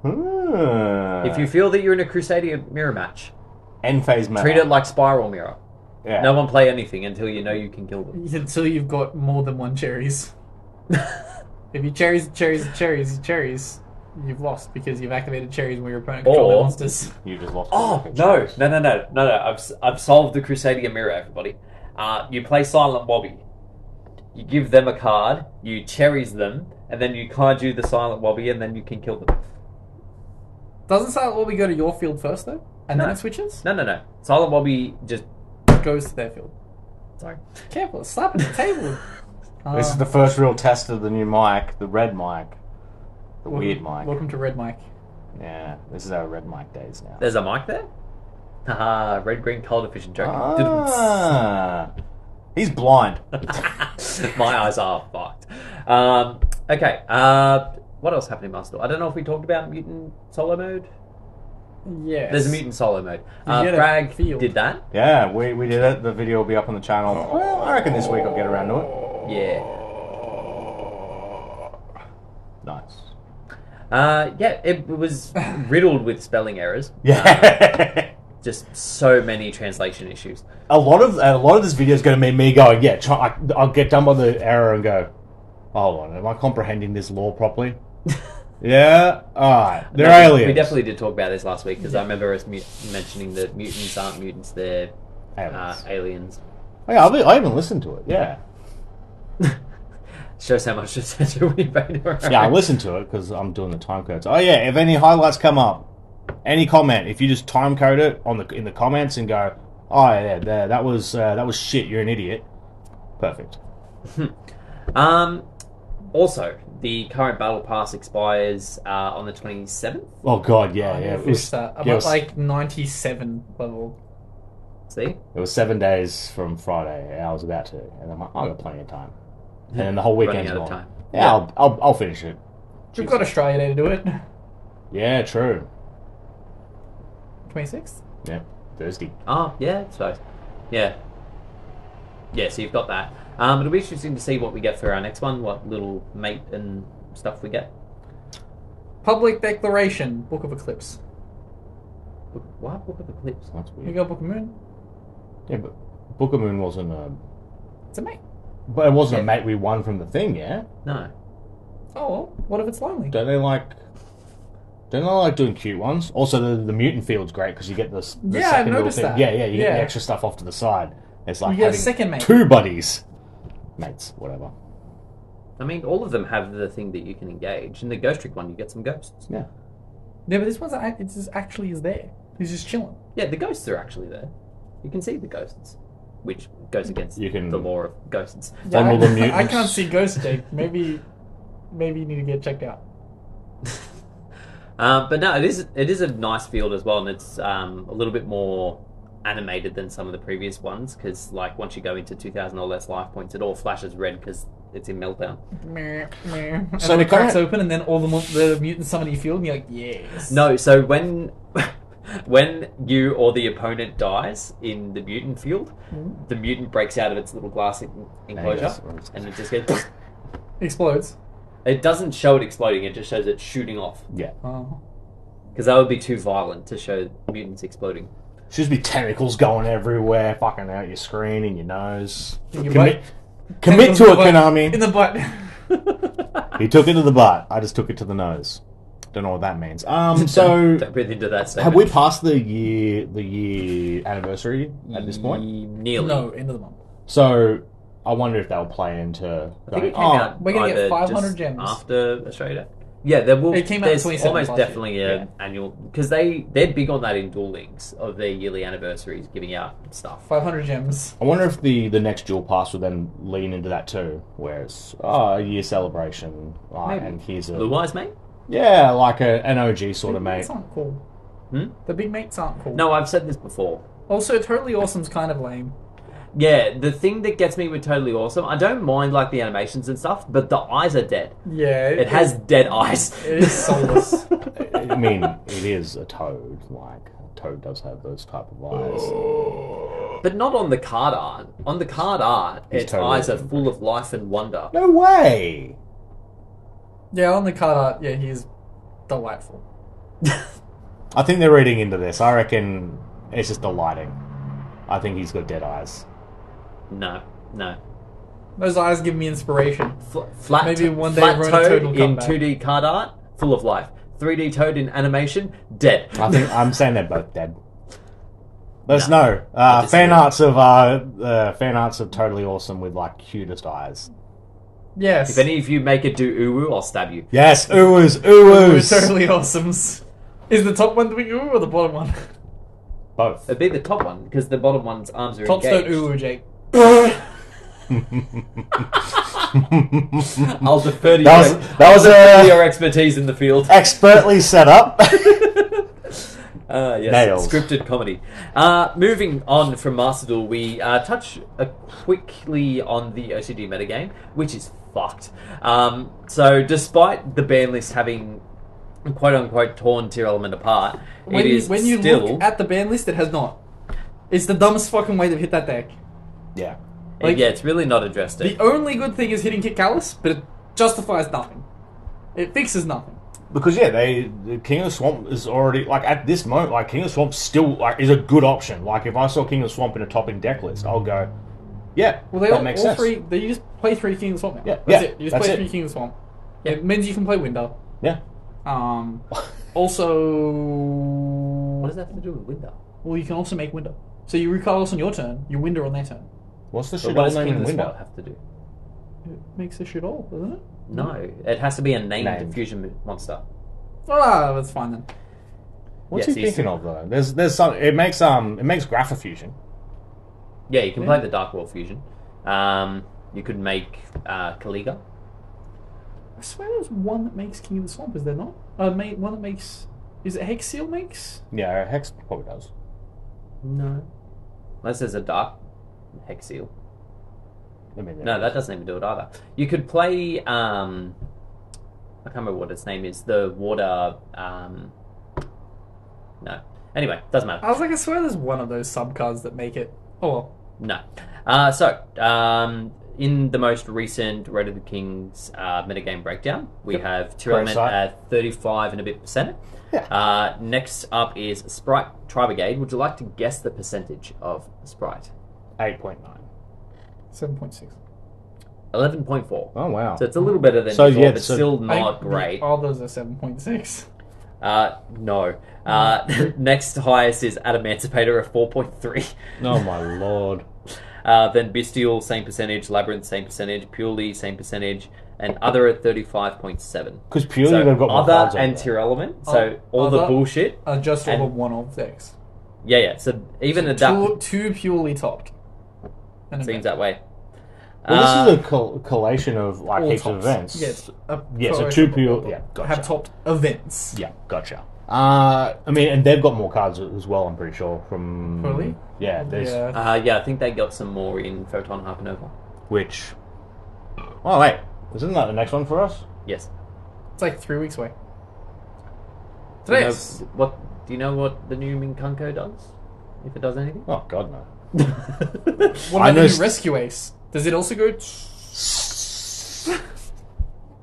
[SPEAKER 3] Hmm.
[SPEAKER 1] If you feel that you're in a Crusadia mirror match,
[SPEAKER 3] end phase map,
[SPEAKER 1] treat it like Spiral Mirror.
[SPEAKER 3] yeah.
[SPEAKER 1] No one play anything until you know you can kill them.
[SPEAKER 2] Until you've got more than one cherries. if you cherries, cherries, cherries, cherries, you've lost because you've activated cherries where your opponent controls their
[SPEAKER 1] Or-
[SPEAKER 2] monsters.
[SPEAKER 3] you just lost.
[SPEAKER 1] Oh no, no, no, no, no, no! I've I've solved the Crusadia mirror, everybody. Uh, you play Silent Wobby. You give them a card. You cherries them, and then you kaiju the Silent Wobby, and then you can kill them.
[SPEAKER 2] Doesn't Silent Lobby go to your field first though? And then
[SPEAKER 1] No.
[SPEAKER 2] it switches?
[SPEAKER 1] No, no, no. Silent Wobby just
[SPEAKER 2] Goes to their field.
[SPEAKER 1] sorry.
[SPEAKER 2] Careful, it's slapping the table. Uh,
[SPEAKER 3] This is
[SPEAKER 1] Oh.
[SPEAKER 3] the first real test of the new mic, the red mic, the
[SPEAKER 2] welcome-
[SPEAKER 3] weird mic.
[SPEAKER 2] Welcome to Red Mike.
[SPEAKER 3] Yeah, this is our red mic days now.
[SPEAKER 1] There's a mic there. Haha, red green color deficient joke.
[SPEAKER 3] Ah, he's blind.
[SPEAKER 1] My eyes are fucked. Um, okay. Uh, what else happened in Master? Duel? I don't know if we talked about mutant solo mode.
[SPEAKER 2] Yes.
[SPEAKER 1] There's a mutant solo mode. Uh,
[SPEAKER 2] get a
[SPEAKER 1] Bragg
[SPEAKER 2] field.
[SPEAKER 1] did that.
[SPEAKER 3] Yeah, we, we did it. The video will be up on the channel. Well, I reckon this week I'll get around to it.
[SPEAKER 1] Yeah.
[SPEAKER 3] Nice.
[SPEAKER 1] Uh, yeah, it was riddled with spelling errors.
[SPEAKER 3] Yeah.
[SPEAKER 1] Just so many translation issues.
[SPEAKER 3] a lot of a lot of this video is going to be me going, yeah, try, I, I'll get done by the error and go, hold on, am I comprehending this law properly? yeah, all right, they're
[SPEAKER 1] No, we-
[SPEAKER 3] aliens.
[SPEAKER 1] We definitely did talk about this last week because I remember us mu- mentioning that mutants aren't mutants, they're uh,
[SPEAKER 3] aliens.
[SPEAKER 1] aliens.
[SPEAKER 3] Oh, yeah, I've, I even listened to it. Yeah,
[SPEAKER 1] Shows how much attention we paid to our-
[SPEAKER 3] yeah, I listened to it because I'm doing the time codes. Oh yeah, if any highlights come up, any comment, if you just time code it on the in the comments and go, Oh yeah, there, that was uh, that was shit. You're an idiot. Perfect.
[SPEAKER 1] Um, also, the current battle pass expires uh, on the 27th.
[SPEAKER 3] Oh god, yeah, yeah. It
[SPEAKER 2] Fish
[SPEAKER 3] was,
[SPEAKER 2] that.
[SPEAKER 3] yeah, it
[SPEAKER 2] About
[SPEAKER 3] was-
[SPEAKER 2] like 97 level.
[SPEAKER 1] See?
[SPEAKER 3] it was seven days from Friday. I was about to, and I'm like, I got plenty of time. And then the whole weekend's
[SPEAKER 1] Running out of
[SPEAKER 3] gone.
[SPEAKER 1] time.
[SPEAKER 3] Yeah, I'll, I'll I'll finish it.
[SPEAKER 2] We've got Australia Day to do it.
[SPEAKER 3] Yeah, true.
[SPEAKER 2] 26th?
[SPEAKER 3] Yeah, Thursday.
[SPEAKER 1] Oh, yeah, so yeah. Yeah, so you've got that. Um, it'll be interesting to see what we get for our next one, what little mate and stuff we get.
[SPEAKER 2] Public Declaration, Book of Eclipse.
[SPEAKER 1] Why Book of Eclipse?
[SPEAKER 3] That's
[SPEAKER 2] We
[SPEAKER 3] weird.
[SPEAKER 2] got Book of Moon.
[SPEAKER 3] Yeah, but Book of Moon wasn't a,
[SPEAKER 2] It's a mate.
[SPEAKER 3] but it wasn't a
[SPEAKER 1] Yeah.
[SPEAKER 3] mate we won from the thing. Yeah,
[SPEAKER 1] No.
[SPEAKER 2] Oh, well, what if it's lonely?
[SPEAKER 3] don't they like? Don't they like doing cute ones? Also, the, the mutant field's great because you get this.
[SPEAKER 2] Yeah,
[SPEAKER 3] The
[SPEAKER 2] I've
[SPEAKER 3] second little
[SPEAKER 2] noticed
[SPEAKER 3] thing.
[SPEAKER 2] that.
[SPEAKER 3] Yeah, yeah, you get
[SPEAKER 2] Yeah.
[SPEAKER 3] the extra stuff off to the side. It's like
[SPEAKER 2] you get a
[SPEAKER 3] having
[SPEAKER 2] second mate.
[SPEAKER 3] two buddies, mates, whatever.
[SPEAKER 1] I mean, all of them have the thing that you can engage. In the Ghost Trick one, you get some ghosts.
[SPEAKER 3] Yeah.
[SPEAKER 2] Yeah, but this one's act- it's just actually is there. He's just chilling.
[SPEAKER 1] Yeah, the ghosts are actually there. You can see the ghosts, which goes against
[SPEAKER 3] You can-
[SPEAKER 1] the law of ghosts.
[SPEAKER 3] One
[SPEAKER 2] I,
[SPEAKER 3] of the
[SPEAKER 2] I
[SPEAKER 3] mutants.
[SPEAKER 2] can't see Ghost Jake. Maybe, maybe you need to get checked out.
[SPEAKER 1] Um, but no, it is it is a nice field as well, and it's um, a little bit more animated than some of the previous ones because, like, once you go into two thousand or less life points, it all flashes red because it's in meltdown.
[SPEAKER 2] Meh, meh. And
[SPEAKER 3] So
[SPEAKER 2] so the
[SPEAKER 3] the current-
[SPEAKER 2] cracks open, and then all the, mu- the mutants summon you field, and you're like, yes.
[SPEAKER 1] No, so when when you or the opponent dies in the mutant field, the mutant breaks out of its little glass en- enclosure,
[SPEAKER 3] that's what Hmm? I was
[SPEAKER 1] and it just goes.
[SPEAKER 2] explodes.
[SPEAKER 1] it doesn't show it exploding; it just shows it shooting off
[SPEAKER 3] Yeah,
[SPEAKER 2] Oh.
[SPEAKER 1] because that would be too violent to show mutants exploding.
[SPEAKER 3] should just be tentacles going everywhere, fucking out your screen and your nose.
[SPEAKER 2] In your
[SPEAKER 3] commit,
[SPEAKER 2] In
[SPEAKER 3] commit
[SPEAKER 2] the
[SPEAKER 3] to it,
[SPEAKER 2] butt.
[SPEAKER 3] Konami.
[SPEAKER 2] In the butt.
[SPEAKER 3] he took it to the butt. I just took it to the nose. Don't know what that means. Um, so
[SPEAKER 1] don't, don't breathe into that statement.
[SPEAKER 3] have we passed the year the year anniversary at this point?
[SPEAKER 1] Ye- Nearly.
[SPEAKER 2] no, end of the month.
[SPEAKER 3] So I wonder if they'll play into.
[SPEAKER 1] I think
[SPEAKER 3] Going,
[SPEAKER 1] it came
[SPEAKER 3] oh,
[SPEAKER 1] out
[SPEAKER 2] we're gonna get
[SPEAKER 1] either
[SPEAKER 2] 500
[SPEAKER 1] just
[SPEAKER 2] gems.
[SPEAKER 1] after Australia. Yeah, there will.
[SPEAKER 2] It came out
[SPEAKER 1] there's
[SPEAKER 2] 27
[SPEAKER 1] almost
[SPEAKER 2] last year.
[SPEAKER 1] definitely an annual because they they're big on that in Duel Links of their yearly anniversaries, giving out stuff.
[SPEAKER 2] 500 gems.
[SPEAKER 3] I wonder if the the next dual pass will then lean into that too, where it's oh, a year celebration, oh,
[SPEAKER 1] Maybe.
[SPEAKER 3] and here's
[SPEAKER 1] Blue
[SPEAKER 3] a
[SPEAKER 1] Eyes, mate.
[SPEAKER 3] yeah, like a, an OG sort
[SPEAKER 2] Big
[SPEAKER 3] of mate.
[SPEAKER 2] mates aren't cool.
[SPEAKER 1] Hmm?
[SPEAKER 2] The big mates aren't cool.
[SPEAKER 1] No, I've said this before.
[SPEAKER 2] Also, Totally Awesome's kind of lame.
[SPEAKER 1] Yeah, the thing that gets me with Totally Awesome, I don't mind like the animations and stuff, but the eyes are dead.
[SPEAKER 2] Yeah.
[SPEAKER 1] It has dead eyes.
[SPEAKER 2] It is soulless.
[SPEAKER 3] I mean, it is a toad. Like a toad does have those type of eyes.
[SPEAKER 1] but not on the card art. On the card art,
[SPEAKER 3] He's
[SPEAKER 1] its
[SPEAKER 3] totally
[SPEAKER 1] eyes are full of life and wonder.
[SPEAKER 3] No way.
[SPEAKER 2] Yeah, on the card art, yeah, he is delightful.
[SPEAKER 3] I think they're reading into this. I reckon it's just the lighting. I think he's got dead eyes.
[SPEAKER 1] No, no.
[SPEAKER 2] Those eyes give me inspiration.
[SPEAKER 1] Fl- flat
[SPEAKER 2] Maybe one day
[SPEAKER 1] flat
[SPEAKER 2] Ronin
[SPEAKER 1] toad
[SPEAKER 2] Toad will come
[SPEAKER 1] in
[SPEAKER 2] back.
[SPEAKER 1] 2D card art, full of life. 3D toad in animation, dead.
[SPEAKER 3] I think I'm saying they're both dead. Let us
[SPEAKER 1] No,
[SPEAKER 3] know. Uh,
[SPEAKER 1] disagree.
[SPEAKER 3] fan arts of uh, uh, fan arts of totally awesome with like cutest eyes.
[SPEAKER 2] Yes.
[SPEAKER 1] if any of you make it do uwu, I'll stab you.
[SPEAKER 3] Yes, uwas,
[SPEAKER 2] Ooh,
[SPEAKER 3] uwas.
[SPEAKER 2] totally awesomes. Is the top one doing ooh or the bottom one?
[SPEAKER 3] Both.
[SPEAKER 1] It'd be the top one because the bottom one's arms are
[SPEAKER 2] Tops don't
[SPEAKER 1] engaged.
[SPEAKER 2] ooh, Jake.
[SPEAKER 1] I'll defer to
[SPEAKER 3] That
[SPEAKER 1] your-
[SPEAKER 3] was- that was uh,
[SPEAKER 1] defer to
[SPEAKER 3] a-
[SPEAKER 1] your expertise in the field.
[SPEAKER 3] Expertly set up.
[SPEAKER 1] Uh, yes,
[SPEAKER 3] Nails.
[SPEAKER 1] scripted comedy. Uh, moving on from Master Duel, we uh, touch uh, quickly on the OCD metagame, which is fucked. Um, so, despite the ban list having quote unquote torn tier element apart,
[SPEAKER 2] When
[SPEAKER 1] it
[SPEAKER 2] you,
[SPEAKER 1] is
[SPEAKER 2] when you
[SPEAKER 1] still.
[SPEAKER 2] look at the ban list, it has not. It's the dumbest fucking way to hit that deck.
[SPEAKER 3] yeah.
[SPEAKER 2] like-
[SPEAKER 1] yeah, it's really not addressed it.
[SPEAKER 2] The only good thing is hitting Kit Callus, but it justifies nothing. It fixes nothing.
[SPEAKER 3] Because yeah, they the King of Swamp is already like at this moment, like King of Swamp still like is a good option. Like if I saw King of Swamp in a top in deck list, I'll go, yeah,
[SPEAKER 2] Well, they
[SPEAKER 3] that
[SPEAKER 2] all,
[SPEAKER 3] makes
[SPEAKER 2] all
[SPEAKER 3] sense.
[SPEAKER 2] three. They you just play three King of the Swamp now.
[SPEAKER 3] Yeah,
[SPEAKER 2] that's
[SPEAKER 3] yeah,
[SPEAKER 2] it. You just
[SPEAKER 3] that's
[SPEAKER 2] play
[SPEAKER 3] it.
[SPEAKER 2] three King of the Swamp. It means you can play Window.
[SPEAKER 3] Yeah,
[SPEAKER 2] Um, also,
[SPEAKER 1] what does that have to do with window?
[SPEAKER 2] well, you can also make Window. So you recall on your turn, you Window on their turn.
[SPEAKER 3] what's the
[SPEAKER 1] But
[SPEAKER 3] shit
[SPEAKER 1] what
[SPEAKER 3] all
[SPEAKER 1] does
[SPEAKER 3] name
[SPEAKER 1] King
[SPEAKER 3] in
[SPEAKER 1] of the Swamp
[SPEAKER 3] window?
[SPEAKER 1] have to do?
[SPEAKER 2] It makes a shit all, doesn't it?
[SPEAKER 1] No, it has to be a named,
[SPEAKER 3] Named.
[SPEAKER 1] fusion monster.
[SPEAKER 2] Ah, that's fine then.
[SPEAKER 3] What's
[SPEAKER 1] Yes,
[SPEAKER 3] he
[SPEAKER 1] he's-
[SPEAKER 3] thinking of though? There's there's some. It makes um it makes Grapha Fusion.
[SPEAKER 1] Yeah, you can play the Dark World Fusion. Um, you could make uh, Kaliga.
[SPEAKER 2] I swear there's one that makes King of the Swamp, is there not? Uh, ma- one that makes. Is it Hex Seal makes?
[SPEAKER 3] Yeah, Hex probably does.
[SPEAKER 1] No. Unless there's a Dark Hexeal.
[SPEAKER 3] I mean,
[SPEAKER 1] No, that doesn't even do it either. You could play. Um, I can't remember what its name is. The water. Um, no. Anyway, doesn't matter.
[SPEAKER 2] I was like, I swear there's one of those subcards that make it. Oh well.
[SPEAKER 1] No. Uh, so, um, in the most recent Road of the Kings uh, metagame breakdown, we have two
[SPEAKER 3] Great
[SPEAKER 1] element
[SPEAKER 3] site.
[SPEAKER 1] at 35 and a bit percent.
[SPEAKER 3] Yeah.
[SPEAKER 1] Uh, next up is Sprite Tri Brigade. Would you like to guess the percentage of Sprite?
[SPEAKER 3] 8.9.
[SPEAKER 2] 7.6.
[SPEAKER 1] 11.4.
[SPEAKER 3] Oh, wow.
[SPEAKER 1] So it's a little better than
[SPEAKER 3] So,
[SPEAKER 1] you thought,
[SPEAKER 3] yeah,
[SPEAKER 1] but
[SPEAKER 3] so-
[SPEAKER 1] still
[SPEAKER 2] I
[SPEAKER 1] not
[SPEAKER 2] think
[SPEAKER 1] great.
[SPEAKER 2] All those are 7.6.
[SPEAKER 1] Uh, no. Uh,
[SPEAKER 3] Mm.
[SPEAKER 1] next highest is Adam Emancipator of 4.3.
[SPEAKER 3] oh, my lord.
[SPEAKER 1] Uh, then Bestial, same percentage. Labyrinth, same percentage. Purely, same percentage. And Other at 35.7.
[SPEAKER 3] Because purely
[SPEAKER 1] so
[SPEAKER 3] they've got more cards
[SPEAKER 1] Other
[SPEAKER 3] over
[SPEAKER 1] and
[SPEAKER 3] there.
[SPEAKER 1] tier element. So
[SPEAKER 2] Oh,
[SPEAKER 1] all the
[SPEAKER 2] other-
[SPEAKER 1] bullshit.
[SPEAKER 2] Are just
[SPEAKER 1] And-
[SPEAKER 2] over one of decks.
[SPEAKER 1] Yeah, yeah. So even at
[SPEAKER 2] Two,
[SPEAKER 1] that
[SPEAKER 2] two purely topped. And a
[SPEAKER 1] seems
[SPEAKER 2] bet.
[SPEAKER 1] that way.
[SPEAKER 3] Well,
[SPEAKER 1] Uh,
[SPEAKER 3] this is a col- collation of like
[SPEAKER 2] All
[SPEAKER 3] heaps of
[SPEAKER 2] tops.
[SPEAKER 3] events.
[SPEAKER 2] Yeah, it's a-
[SPEAKER 3] Yeah, so
[SPEAKER 2] sorry,
[SPEAKER 3] two
[SPEAKER 2] top-
[SPEAKER 3] pure. Yeah, gotcha.
[SPEAKER 2] Have topped events.
[SPEAKER 3] Yeah, gotcha. Uh, I mean, and they've got more cards as well. I'm pretty sure from.
[SPEAKER 2] Really?
[SPEAKER 3] Yeah, there's
[SPEAKER 2] Yeah.
[SPEAKER 1] uh, yeah, I think they got some more in Photon Harpinova.
[SPEAKER 3] which. Oh wait, isn't that the next one for us?
[SPEAKER 1] Yes.
[SPEAKER 2] It's like three weeks away.
[SPEAKER 1] Do you know
[SPEAKER 2] Today's.
[SPEAKER 1] what? Do you know what the new Minkunko does? If it does anything?
[SPEAKER 3] Oh God, no.
[SPEAKER 2] What
[SPEAKER 3] I
[SPEAKER 2] about
[SPEAKER 3] know
[SPEAKER 2] the
[SPEAKER 3] s-
[SPEAKER 2] new Rescue Ace? Does it also go.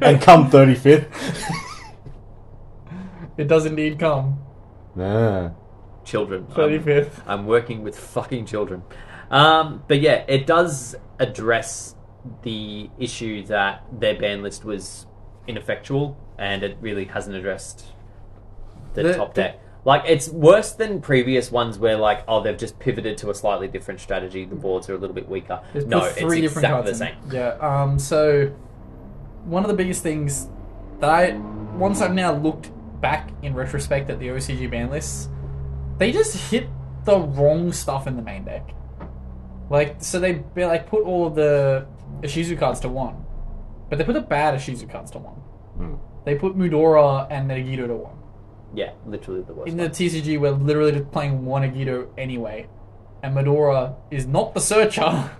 [SPEAKER 3] and come thirty fifth.
[SPEAKER 2] It does indeed
[SPEAKER 3] Um,
[SPEAKER 2] come.
[SPEAKER 3] nah.
[SPEAKER 1] Children. Um,
[SPEAKER 2] 35th.
[SPEAKER 1] I'm working with fucking children. Um, but yeah, it does address the issue that their ban list was ineffectual and it really hasn't addressed the,
[SPEAKER 2] The-
[SPEAKER 1] top
[SPEAKER 2] the-
[SPEAKER 1] deck. Like, it's worse than previous ones where, like, oh, they've just pivoted to a slightly different strategy. The boards are a little bit weaker.
[SPEAKER 2] There's
[SPEAKER 1] no,
[SPEAKER 2] put
[SPEAKER 1] it's
[SPEAKER 2] three different
[SPEAKER 1] exactly the
[SPEAKER 2] cards
[SPEAKER 1] same.
[SPEAKER 2] in. Yeah. Um. So one of the biggest things that I once I've now looked back in retrospect at the OCG ban lists, they just hit the wrong stuff in the main deck. Like so they be- like put all of the Ishizu cards to one, but they put the bad Ishizu cards to one.
[SPEAKER 3] Hmm.
[SPEAKER 2] They put Mudora and Negido to one.
[SPEAKER 1] Yeah, literally the worst.
[SPEAKER 2] In the
[SPEAKER 1] one.
[SPEAKER 2] TCG, we're literally just playing one Negido anyway, and Medora is not the searcher.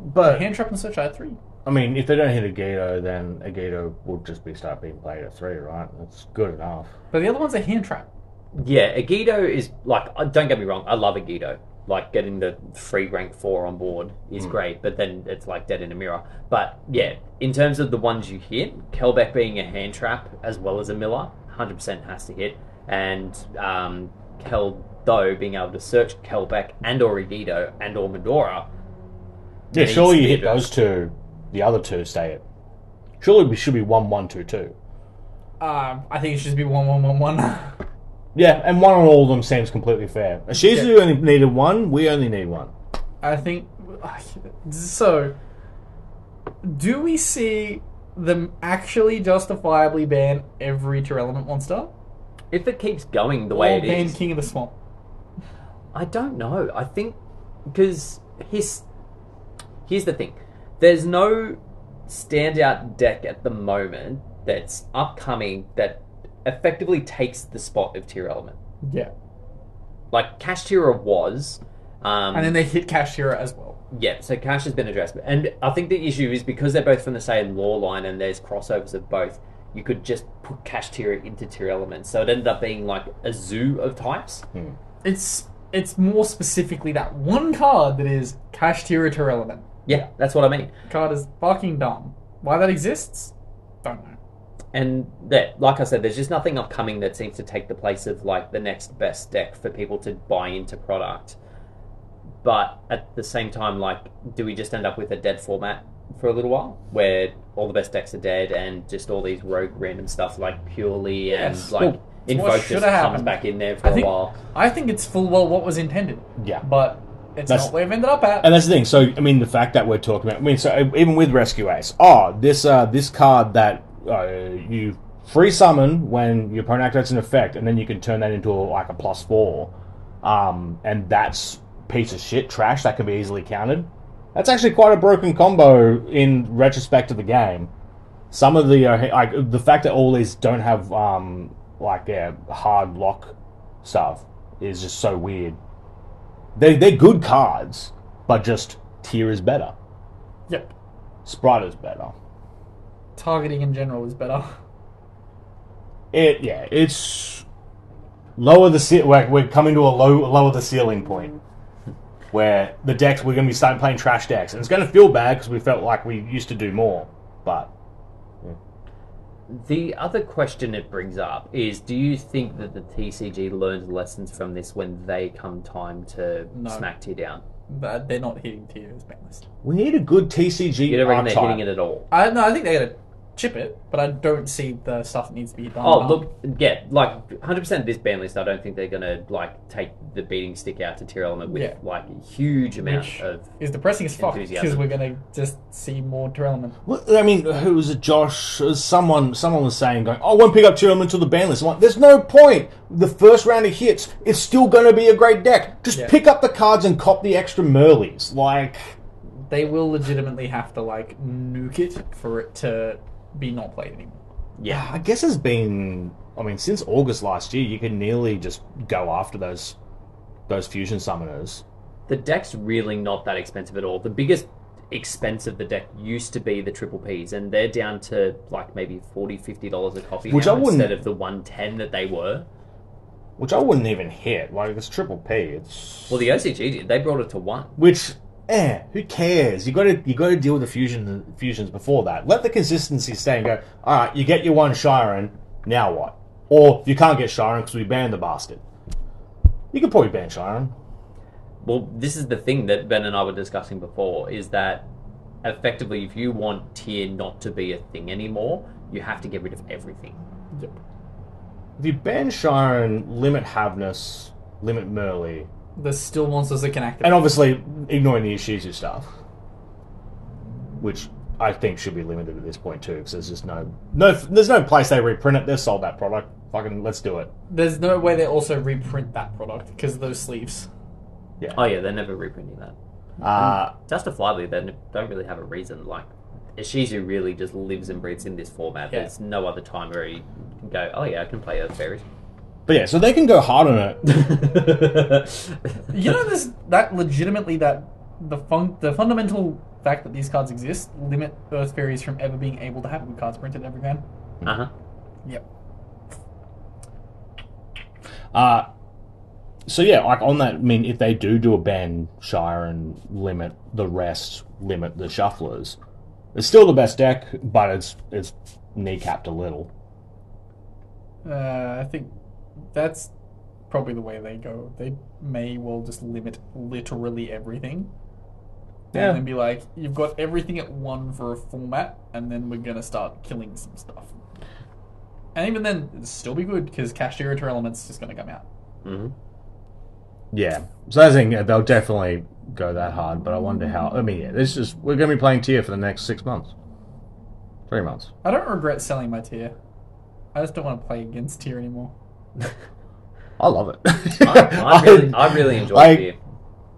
[SPEAKER 3] But
[SPEAKER 2] Hand trap and searcher are three.
[SPEAKER 3] I mean, if they don't hit a Gato, then a Gato will just be start being played at three, right? That's good enough.
[SPEAKER 2] But the other one's a hand trap.
[SPEAKER 1] Yeah, Aguido is like. uh, Don't get me wrong. I love Aguido. Like getting the free rank four on board is great, but then it's like dead in a mirror. But yeah, in terms of the ones you hit, Kelbeck being a hand trap as well as a Miller, hundred percent has to hit, and um, Keldo being able to search Kelbeck and or Aguido and or Medora.
[SPEAKER 3] Yeah,
[SPEAKER 1] needs
[SPEAKER 3] surely
[SPEAKER 1] to
[SPEAKER 3] you
[SPEAKER 1] be
[SPEAKER 3] hit those two. The other two stay it. Surely we should be one, one, two, two.
[SPEAKER 2] Um, I think it should just be one, one, one, one.
[SPEAKER 3] Yeah, and one on all of them seems completely fair. Ashizu only needed one. We only need one.
[SPEAKER 2] I think. So, do we see them actually justifiably ban every Tier Element monster,
[SPEAKER 1] If it keeps going the way
[SPEAKER 2] or
[SPEAKER 1] it is,
[SPEAKER 2] ban King of the Swamp?
[SPEAKER 1] I don't know. I think because his here's the thing. There's no standout deck at the moment that's upcoming that effectively takes the spot of tier element.
[SPEAKER 2] Yeah,
[SPEAKER 1] Hmm. Like Cash Tira was, um,
[SPEAKER 2] and then they hit Kashira as well.
[SPEAKER 1] yeah. So Cash has been addressed, and I think the issue is because they're both from the same law line, and there's crossovers of both. You could just put Cash Tira into tier element, so it ended up being like a zoo of types.
[SPEAKER 2] It's it's more specifically that one card that is Kashira Tier Element.
[SPEAKER 1] Yeah, that's what I mean.
[SPEAKER 2] Card is fucking dumb. Why that exists? Don't know.
[SPEAKER 1] And that, like I said, there's just nothing upcoming that seems to take the place of like the next best deck for people to buy into product. But at the same time, like, do we just end up with a dead format for a little while, where all the best decks are dead and just all these rogue random stuff like purely and
[SPEAKER 2] Yes.
[SPEAKER 1] like
[SPEAKER 3] Well,
[SPEAKER 2] what
[SPEAKER 1] Infocus
[SPEAKER 2] should have
[SPEAKER 1] comes
[SPEAKER 2] happened.
[SPEAKER 1] back in there for
[SPEAKER 2] I
[SPEAKER 1] a
[SPEAKER 2] think-
[SPEAKER 1] while.
[SPEAKER 2] I think it's full well what was intended,
[SPEAKER 3] Yeah.
[SPEAKER 2] but it's
[SPEAKER 3] That's-
[SPEAKER 2] not where we've ended up at.
[SPEAKER 3] And that's the thing. So I mean, the fact that we're talking about, I mean, so uh, even with Rescue Ace, oh, this uh, this card that uh, you free summon when your opponent activates an effect, and then you can turn that into like a plus four, um, and that's piece of shit trash that can be easily countered. That's actually quite a broken combo in retrospect to the game. Some of the uh, like the fact that all these don't have um like yeah, hard lock stuff is just so weird. They they're good cards, but just tier is better.
[SPEAKER 2] Yep.
[SPEAKER 3] Sprite is better.
[SPEAKER 2] Targeting in general is better.
[SPEAKER 3] It yeah, it's lower the ce- we're, we're coming to a low lower the ceiling point where the decks we're going to be starting playing trash decks, and it's going to feel bad because we felt like we used to do more, but
[SPEAKER 1] The other question it brings up is do you think that the TCG learned lessons from this when they come time to
[SPEAKER 2] No.
[SPEAKER 1] smack tier down?
[SPEAKER 2] But they're not hitting tier as banglist.
[SPEAKER 3] we need a good TCG
[SPEAKER 1] You don't reckon they're
[SPEAKER 3] archetype.
[SPEAKER 1] hitting it at all?
[SPEAKER 2] I no, I think they're gonna chip it, but I don't see the stuff that needs to be done.
[SPEAKER 1] Oh,
[SPEAKER 3] Um,
[SPEAKER 2] now.
[SPEAKER 1] look, yeah, like 100% this ban list, I don't think they're going to like take the beating stick out to tier element with
[SPEAKER 2] Yeah.
[SPEAKER 1] like a huge amount
[SPEAKER 2] Um, Which-
[SPEAKER 1] of.
[SPEAKER 2] is depressing as fuck because
[SPEAKER 1] uh, Enthusiasm.
[SPEAKER 2] we're gonna just see more tier element.
[SPEAKER 3] Well, I mean, who was it? Josh? It was Someone? Someone was saying, "Going, oh, I won't pick up Tyrion until the ban list." I'm like, There's no point. The first round of hits, it's still going to be a great deck. Just
[SPEAKER 2] Yeah.
[SPEAKER 3] pick up the cards and cop the extra Merlies. Like,
[SPEAKER 2] They will legitimately have to like nuke it for it to be not played anymore.
[SPEAKER 1] Yeah.
[SPEAKER 3] I guess it's been. I mean, since August last year, you could nearly just go after those those fusion summoners.
[SPEAKER 1] The deck's really not that expensive at all. The biggest expense of the deck used to be the triple Ps, and they're down to like maybe $40, $50 a copy
[SPEAKER 3] Which
[SPEAKER 1] now
[SPEAKER 3] I wouldn't-
[SPEAKER 1] instead of the 110 that they were.
[SPEAKER 3] which I wouldn't even hit. Like it's triple P. It's
[SPEAKER 1] Well, the OCG did. They brought it to one.
[SPEAKER 3] which eh, who cares? You got to you got to deal with the fusion fusions before that. Let the consistency stay and go. All right, you get your one Shiren. Now what? Or you can't get Shiren because we banned the bastard. You could probably ban Shiren.
[SPEAKER 1] Well, this is the thing that Ben and I were discussing before is that effectively, if you want tier not to be a thing anymore, you have to get rid of everything.
[SPEAKER 2] Yep.
[SPEAKER 3] If you ban Shiren, limit Havness, limit Merly,
[SPEAKER 2] There's still monsters that can activate.
[SPEAKER 3] and obviously ignoring the Ishizu stuff, which I think should be limited at this point too, because there's just no no there's no place they reprint it. They've sold that product. Fucking let's do it.
[SPEAKER 2] There's no way they also reprint that product because of those sleeves.
[SPEAKER 1] Oh, yeah, they're never reprinting that.
[SPEAKER 3] Uh,
[SPEAKER 1] Justifiably, they n- don't really have a reason. Like, Ishizu really just lives and breathes in this format.
[SPEAKER 2] Yeah.
[SPEAKER 1] There's no other time where you can go, oh, yeah, I can play a fairy. Uh-huh.
[SPEAKER 3] but yeah, so they can go hard on it.
[SPEAKER 2] You know, this that legitimately that the fun the fundamental fact that these cards exist limit Earth fairies from ever being able to have good cards printed every game.
[SPEAKER 1] uh huh.
[SPEAKER 2] Yep.
[SPEAKER 3] Uh, so yeah, like on that, I mean, if they do do a ban Shire and limit the rest, limit the shufflers, it's still the best deck, but it's it's kneecapped a little.
[SPEAKER 2] Uh, I think that's probably the way they go. They may well just limit literally everything.
[SPEAKER 3] Yeah.
[SPEAKER 2] And then be like, you've got everything at one for a format, and then we're gonna start killing some stuff. And even then, it'd still be good because Cash Irritor Element's just gonna come out.
[SPEAKER 1] hmm
[SPEAKER 3] Yeah. So I think they'll definitely go that hard, but I wonder how. I mean, yeah, this is we're going to be playing tier for the next six months, three months.
[SPEAKER 2] I don't regret selling my tier. I just don't want to play against tier anymore.
[SPEAKER 3] I love it.
[SPEAKER 1] I, I really, I really enjoy
[SPEAKER 3] like,
[SPEAKER 1] beer.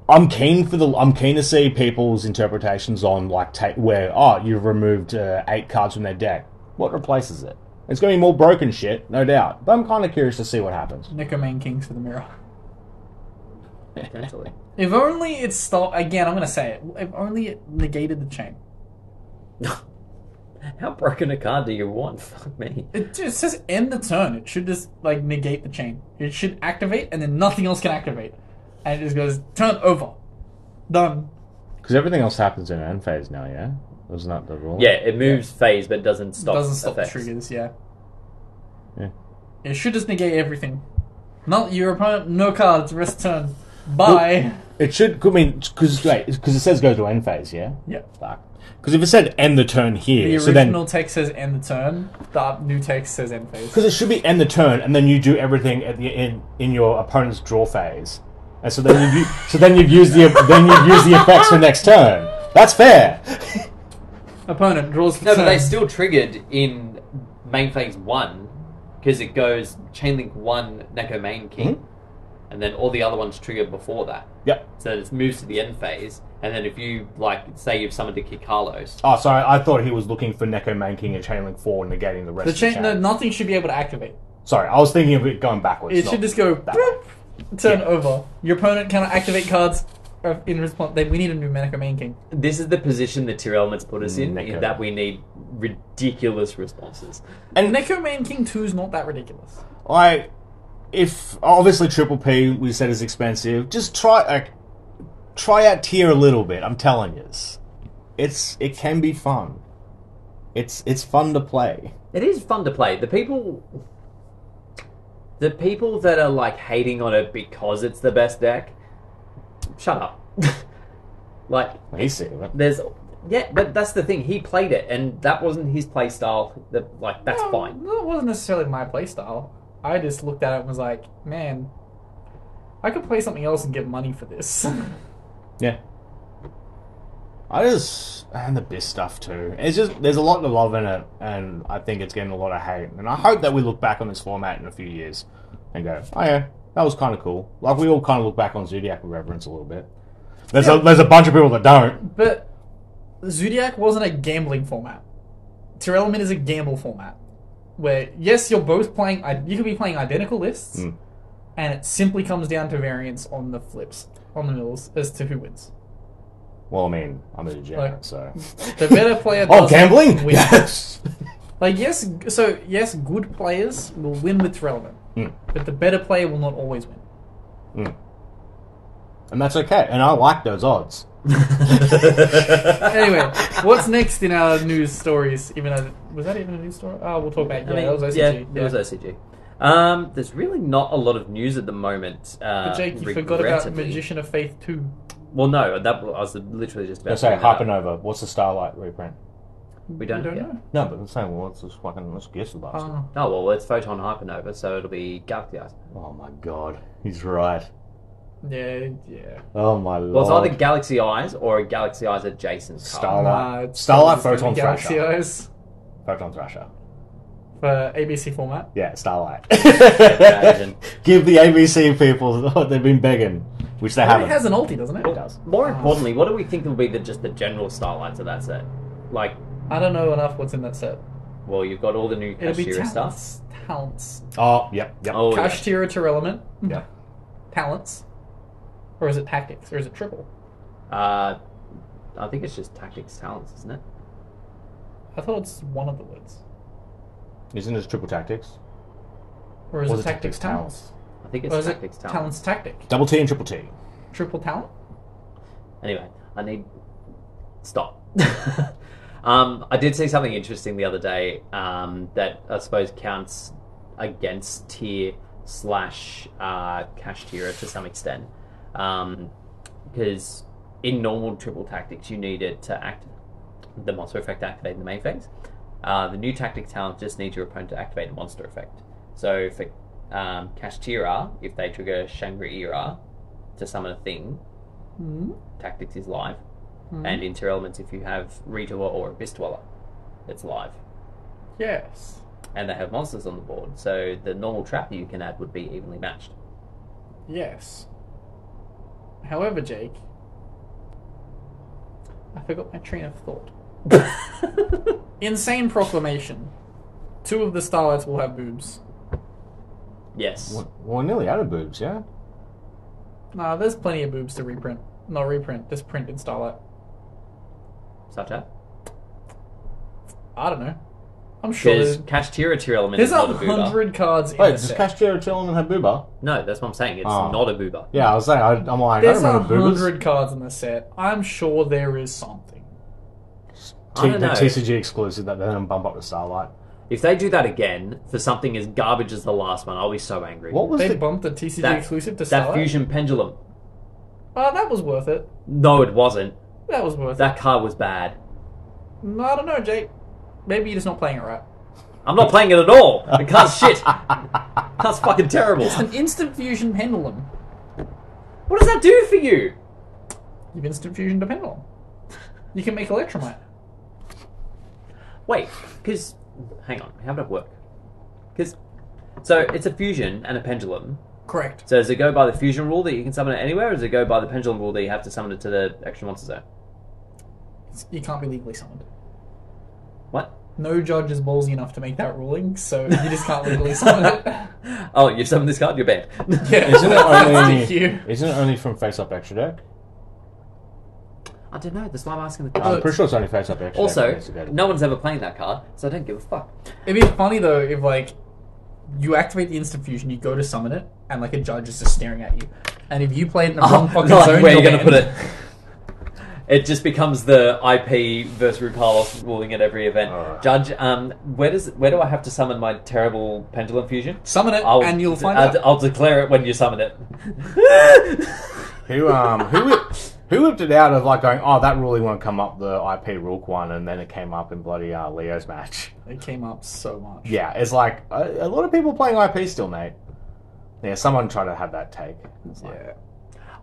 [SPEAKER 3] I'm keen for the. I'm keen to see people's interpretations on like ta- where oh you've removed uh, eight cards from their deck. What replaces it? It's going to be more broken shit, no doubt. But I'm kind of curious to see what happens.
[SPEAKER 2] Nicomane Kings for the mirror.
[SPEAKER 1] potentially.
[SPEAKER 2] If only it stopped. Again, I'm gonna say it. If only it negated the chain.
[SPEAKER 1] How broken a card do you want? Fuck me.
[SPEAKER 2] It just says end the turn. It should just like negate the chain. It should activate, and then nothing else can activate. And it just goes turn over, done.
[SPEAKER 3] Because everything else happens in an end phase now. Yeah, wasn't that the rule?
[SPEAKER 1] Yeah, it moves phase but doesn't stop.
[SPEAKER 2] Doesn't stop
[SPEAKER 1] effects.
[SPEAKER 2] the triggers. Yeah.
[SPEAKER 3] Yeah.
[SPEAKER 2] It should just negate everything. Not your opponent. No cards. Rest turn. Bye.
[SPEAKER 3] It should. I mean, because because it says go to end phase. Yeah.
[SPEAKER 2] yeah.
[SPEAKER 3] Fuck. Because if it said end the turn
[SPEAKER 2] The
[SPEAKER 3] here, so
[SPEAKER 2] original
[SPEAKER 3] then
[SPEAKER 2] text says end the turn. The new text says end phase.
[SPEAKER 3] because it should be end the turn, and then you do everything at the in in your opponent's draw phase, and so then you so then you've used the then you've used the effects for next turn. That's fair.
[SPEAKER 2] Opponent draws. The
[SPEAKER 1] No, but
[SPEAKER 2] turn.
[SPEAKER 1] they still triggered in main phase one because it goes chain link one Neko main king, and then all the other ones trigger before that.
[SPEAKER 3] Yep.
[SPEAKER 1] So it moves to the end phase, and then if you like, say you've summoned a Kikalos,
[SPEAKER 3] Oh, sorry. I thought he was looking for Neko Manking and Chainlink 4 negating the rest
[SPEAKER 2] The
[SPEAKER 3] of
[SPEAKER 2] chain,
[SPEAKER 3] chain.
[SPEAKER 2] no, nothing should be able to activate.
[SPEAKER 3] Sorry, I was thinking of it going backwards.
[SPEAKER 2] It
[SPEAKER 3] not-
[SPEAKER 2] should just go
[SPEAKER 3] that.
[SPEAKER 2] boop, turn
[SPEAKER 3] Yeah.
[SPEAKER 2] over. Your opponent cannot activate cards uh, in response. They, we need a new Manico Main King.
[SPEAKER 1] this is the position the tier elements put us in,
[SPEAKER 3] Neko.
[SPEAKER 1] in that we need ridiculous responses.
[SPEAKER 3] And
[SPEAKER 2] Neko Main King 2 is not that ridiculous.
[SPEAKER 3] like if obviously triple p we said is expensive just try like try out tier a little bit i'm telling you it's it can be fun it's it's fun to play
[SPEAKER 1] It is fun to play. The people, the people that are like hating on it because it's the best deck, shut up. like
[SPEAKER 3] He said it.
[SPEAKER 1] there's yeah, but that's the thing. He played it, and that wasn't his play style. That like that's
[SPEAKER 2] No,
[SPEAKER 1] fine.
[SPEAKER 2] That wasn't necessarily my playstyle. I just looked at it and was like, man, I could play something else and get money for this.
[SPEAKER 3] yeah i just and the biz stuff too it's just there's a lot to love in it and i think it's getting a lot of hate and i hope that we look back on this format in a few years and go oh yeah that was kind of cool like we all kind of look back on zodiac with reverence a little bit there's, a,
[SPEAKER 2] Yeah.
[SPEAKER 3] there's a bunch of people that don't
[SPEAKER 2] but Zodiac wasn't a gambling format. Tier Element is a gamble format. Where, yes, you're both playing, i- you could be playing identical lists,
[SPEAKER 3] Mm.
[SPEAKER 2] and it simply comes down to variance on the flips, on the mills, as to who wins.
[SPEAKER 3] Well, I mean, I'm a degenerate,
[SPEAKER 2] Like-
[SPEAKER 3] so.
[SPEAKER 2] The better player
[SPEAKER 3] Oh,
[SPEAKER 2] does
[SPEAKER 3] gambling?
[SPEAKER 2] win.
[SPEAKER 3] Yes.
[SPEAKER 2] Like yes, g- so yes, good players will win with relevant,
[SPEAKER 3] Mm.
[SPEAKER 2] but the better player will not always win.
[SPEAKER 3] And that's okay. And I like those odds.
[SPEAKER 2] Anyway, what's next in our news stories? Even though was that even a news story? Oh, we'll talk about it. yeah,
[SPEAKER 1] I mean,
[SPEAKER 2] that was
[SPEAKER 1] yeah,
[SPEAKER 2] OCG.
[SPEAKER 1] it was OCG. Um, there's really not a lot of news at the moment. Uh,
[SPEAKER 2] But Jake, you forgot about
[SPEAKER 1] regrettably.
[SPEAKER 2] Magician of Faith two.
[SPEAKER 1] Well, no, that I was literally just about.
[SPEAKER 3] Let's say
[SPEAKER 1] to bring that up.
[SPEAKER 3] Hypernova. What's the Starlight reprint?
[SPEAKER 1] We don't. yeah.
[SPEAKER 2] know.
[SPEAKER 3] No, but I'm saying, well, let's just fucking let's guess the bastard.
[SPEAKER 2] Oh.
[SPEAKER 1] Oh well, it's photon hypernova, so it'll be galaxy ice.
[SPEAKER 3] oh my god, he's right.
[SPEAKER 2] yeah, yeah.
[SPEAKER 3] Oh my
[SPEAKER 1] Well, it's
[SPEAKER 3] lord.
[SPEAKER 1] either galaxy eyes or a galaxy eyes adjacent.
[SPEAKER 2] uh,
[SPEAKER 1] card.
[SPEAKER 3] Starlight.
[SPEAKER 2] it's
[SPEAKER 3] Starlight
[SPEAKER 2] probably just
[SPEAKER 3] Photon
[SPEAKER 2] gonna be
[SPEAKER 3] Thrasher.
[SPEAKER 2] Galaxy Eyes
[SPEAKER 3] Photon Thrasher.
[SPEAKER 2] for ABC format.
[SPEAKER 3] Yeah, Starlight.
[SPEAKER 1] imagine.
[SPEAKER 3] Give the ABC people what they've been begging, which they
[SPEAKER 2] It
[SPEAKER 3] haven't.
[SPEAKER 2] has an ulti, doesn't it?
[SPEAKER 3] It does.
[SPEAKER 1] More importantly, what do we think will be the just the general starlights of that set? Like,
[SPEAKER 2] I don't know enough what's in that set.
[SPEAKER 1] well, you've got all the new
[SPEAKER 2] It'll be
[SPEAKER 1] Kashira stuff.
[SPEAKER 2] talents, talents,
[SPEAKER 3] Oh, yep, yep.
[SPEAKER 1] Oh, yeah.
[SPEAKER 2] Cash tier to element.
[SPEAKER 3] Yeah.
[SPEAKER 2] Talents. Or is it tactics? Or is it triple?
[SPEAKER 1] Uh, I think it's just tactics talents, isn't it?
[SPEAKER 2] I thought it's one of the words.
[SPEAKER 3] Isn't it triple tactics?
[SPEAKER 2] Or is
[SPEAKER 3] Was
[SPEAKER 2] it tactics talents?
[SPEAKER 1] I think it's
[SPEAKER 2] Or is it
[SPEAKER 1] tactics talents.
[SPEAKER 2] talents tactic?
[SPEAKER 3] Double T and triple T.
[SPEAKER 2] Triple talent?
[SPEAKER 1] Anyway, I need stop. um, I did see something interesting the other day um, that I suppose counts against tier slash uh, cash tier to some extent, because in normal triple tactics you need it to act the monster effect to activate in the main phase. Uh, the new tactic talent just needs your opponent to activate the monster effect. So for um, cash tier, if they trigger Shangri Era to summon a thing,
[SPEAKER 2] Mm-hmm.
[SPEAKER 1] Tactics is live, and Inter Elements if you have Retour or Abyss Dweller, it's live.
[SPEAKER 2] Yes.
[SPEAKER 1] And they have monsters on the board, so the normal trap that you can add would be evenly matched.
[SPEAKER 2] Yes. However, Jake, I forgot my train of thought. Insane proclamation. Two of the starlights will have boobs.
[SPEAKER 1] Yes.
[SPEAKER 3] Well, we're nearly out of boobs, yeah?
[SPEAKER 2] Nah, there's plenty of boobs to reprint. Not reprint, just print in starlight.
[SPEAKER 1] Such as?
[SPEAKER 2] I don't know. I'm sure
[SPEAKER 1] Because
[SPEAKER 2] there's,
[SPEAKER 1] Cash Tier Tier Element
[SPEAKER 2] there's
[SPEAKER 1] is
[SPEAKER 2] a
[SPEAKER 1] not a booba.
[SPEAKER 2] hundred cards in
[SPEAKER 3] Wait,
[SPEAKER 2] the
[SPEAKER 3] does
[SPEAKER 2] set.
[SPEAKER 3] Castro tell him and Habuba?
[SPEAKER 1] No, that's what I'm saying. It's
[SPEAKER 2] Ah.
[SPEAKER 3] Oh.
[SPEAKER 1] not a booba.
[SPEAKER 3] Yeah, I was saying, I, I'm like,
[SPEAKER 2] There's
[SPEAKER 3] I
[SPEAKER 2] a
[SPEAKER 3] don't remember boobas.
[SPEAKER 2] hundred cards in the set. I'm sure there is something.
[SPEAKER 1] I don't
[SPEAKER 3] T- the
[SPEAKER 1] know.
[SPEAKER 3] TCG exclusive that they don't bump up to Starlight.
[SPEAKER 1] If they do that again for something as garbage as the last one, I'll be so angry.
[SPEAKER 3] What was
[SPEAKER 2] They
[SPEAKER 3] the...
[SPEAKER 2] bumped the TCG
[SPEAKER 1] That-
[SPEAKER 2] exclusive to
[SPEAKER 1] That
[SPEAKER 2] Starlight.
[SPEAKER 1] Fusion Pendulum.
[SPEAKER 2] Oh, that was worth it.
[SPEAKER 1] No, it wasn't.
[SPEAKER 2] That was worth
[SPEAKER 1] That card was bad.
[SPEAKER 2] it. No, I don't know, Jake. Maybe you're just not playing it right.
[SPEAKER 1] I'm not playing it at all. The card's shit. That's fucking terrible.
[SPEAKER 2] It's an instant fusion pendulum.
[SPEAKER 1] What does that do for you?
[SPEAKER 2] You've instant fusioned a pendulum. You can make electromite.
[SPEAKER 1] Wait, because hang on, how would it work? Because so it's a fusion and a pendulum,
[SPEAKER 2] Correct.
[SPEAKER 1] So does it go by the fusion rule that you can summon it anywhere, or does it go by the pendulum rule that you have to summon it to the extra monster zone?
[SPEAKER 2] It's- You can't be legally summoned.
[SPEAKER 1] What?
[SPEAKER 2] No judge is ballsy enough to make that ruling, so you just can't legally summon it.
[SPEAKER 1] oh, you've summoned this card, you're banned.
[SPEAKER 2] Yeah.
[SPEAKER 3] Isn't it
[SPEAKER 2] That's
[SPEAKER 3] only?
[SPEAKER 2] DQ.
[SPEAKER 3] isn't it only from face up extra deck?
[SPEAKER 1] I don't know. That's why I'm asking the
[SPEAKER 3] I'm
[SPEAKER 1] card.
[SPEAKER 3] pretty sure it's only face up
[SPEAKER 2] Oh.
[SPEAKER 3] extra. deck
[SPEAKER 1] Also,
[SPEAKER 3] that gets to go to-
[SPEAKER 1] no one's ever playing that card, so I don't give a fuck.
[SPEAKER 2] It'd be funny though if like you activate the instant fusion, you go to summon it, and like a judge is just staring at you. And if you play it in the wrong Oh, fucking
[SPEAKER 1] like,
[SPEAKER 2] zone,
[SPEAKER 1] Oh, where you're
[SPEAKER 2] you're
[SPEAKER 1] going to put
[SPEAKER 2] banned.
[SPEAKER 1] it? It just becomes the IP versus Rupalos ruling at every event.
[SPEAKER 3] Alright.
[SPEAKER 1] Judge, um, where does where do I have to summon my terrible pendulum fusion?
[SPEAKER 2] Summon it, and you'll find
[SPEAKER 1] I'll,
[SPEAKER 2] out.
[SPEAKER 1] I'll declare it when you summon it.
[SPEAKER 3] Who um who whip- who whipped it out of like going oh that ruling won't come up the IP Rook one and then it came up in bloody uh, Leo's match.
[SPEAKER 2] It came up so much.
[SPEAKER 3] Yeah, it's like a, a lot of people playing IP still, mate. Yeah, someone tried to have that take. It's like,
[SPEAKER 2] Yeah.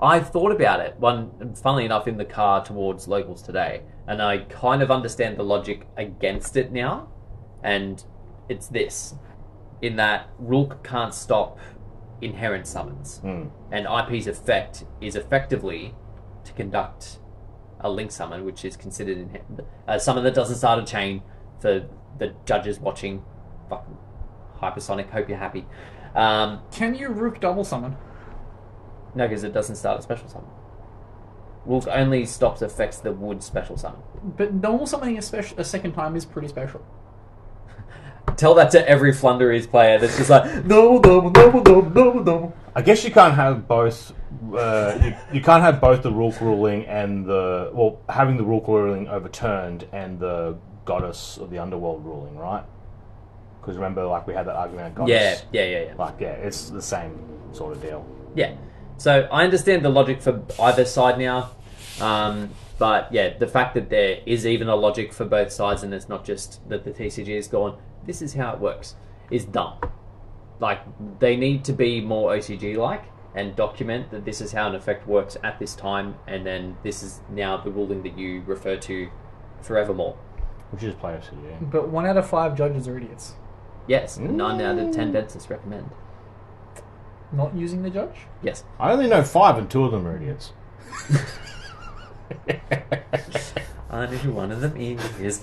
[SPEAKER 1] I thought about it one, funnily enough, in the car towards locals today, and I kind of understand the logic against it now, and it's this: in that Rook can't stop inherent summons,
[SPEAKER 3] Hmm.
[SPEAKER 1] and IP's effect is effectively to conduct a link summon, which is considered in- a summon that doesn't start a chain for the judges watching. Fucking hypersonic. Hope you're happy. Um,
[SPEAKER 2] Can you rook double summon?
[SPEAKER 1] no, because it doesn't start a special summon. Rook only stops effects that would special summon.
[SPEAKER 2] But normal summoning a, spec- a second time is pretty special.
[SPEAKER 1] Tell that to every Flunderies player that's just like, no, no, no, no, no, no.
[SPEAKER 3] I guess you can't have both. Uh, you, you can't have both the Rook ruling and the well having the Rook ruling overturned and the Goddess of the Underworld ruling, right? Because remember, like we had that argument. Goddess.
[SPEAKER 1] Yeah, yeah, yeah, yeah.
[SPEAKER 3] Like yeah, it's the same sort of deal.
[SPEAKER 1] Yeah. So I understand the logic for either side now, um, but yeah, the fact that there is even a logic for both sides and it's not just that the TCG has gone, this is how it works, is dumb. Like, they need to be more OCG like and document that this is how an effect works at this time, and then this is now the ruling that you refer to forevermore.
[SPEAKER 3] We should just play OCG.
[SPEAKER 2] But one out of five judges are idiots.
[SPEAKER 1] Yes, nine out of ten dentists recommend.
[SPEAKER 2] Not using the judge?
[SPEAKER 1] Yes.
[SPEAKER 3] I only know five, and two of them are idiots.
[SPEAKER 1] Only one of them is.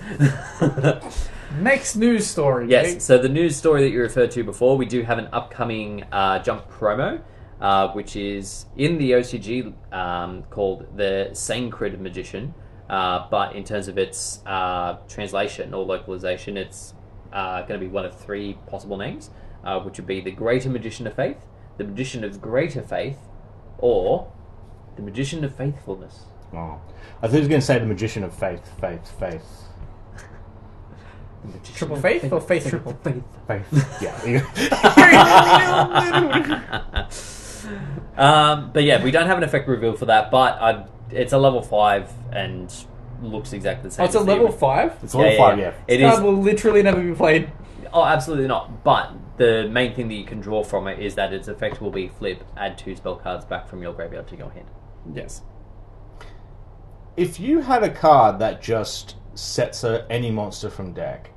[SPEAKER 2] Next news story. Jake.
[SPEAKER 1] Yes. So the news story that you referred to before, we do have an upcoming uh, jump promo, uh, which is in the OCG um, called the Sacred Magician, uh, but in terms of its uh, translation or localization, it's uh, going to be one of three possible names, uh, which would be the Greater Magician of Faith, the Magician of Greater Faith, or the Magician of Faithfulness.
[SPEAKER 3] Oh. I think he was going to say the magician of faith, faith, faith,
[SPEAKER 1] The Magician
[SPEAKER 2] Triple
[SPEAKER 1] of
[SPEAKER 2] faith or faith triple?
[SPEAKER 1] Faith.
[SPEAKER 3] faith. yeah.
[SPEAKER 1] um, but yeah, we don't have an effect reveal for that, but i it's a level five and looks exactly the same.
[SPEAKER 2] Oh, it's a
[SPEAKER 1] as the
[SPEAKER 2] level
[SPEAKER 1] ori-
[SPEAKER 2] five?
[SPEAKER 3] It's level five. Yeah.
[SPEAKER 1] It
[SPEAKER 2] Card
[SPEAKER 1] is.
[SPEAKER 2] will literally never be played.
[SPEAKER 1] Oh, absolutely not. But the main thing that you can draw from it is that its effect will be flip, add two spell cards back from your graveyard to your hand.
[SPEAKER 2] Yes.
[SPEAKER 3] If you had a card that just sets a, any monster from deck,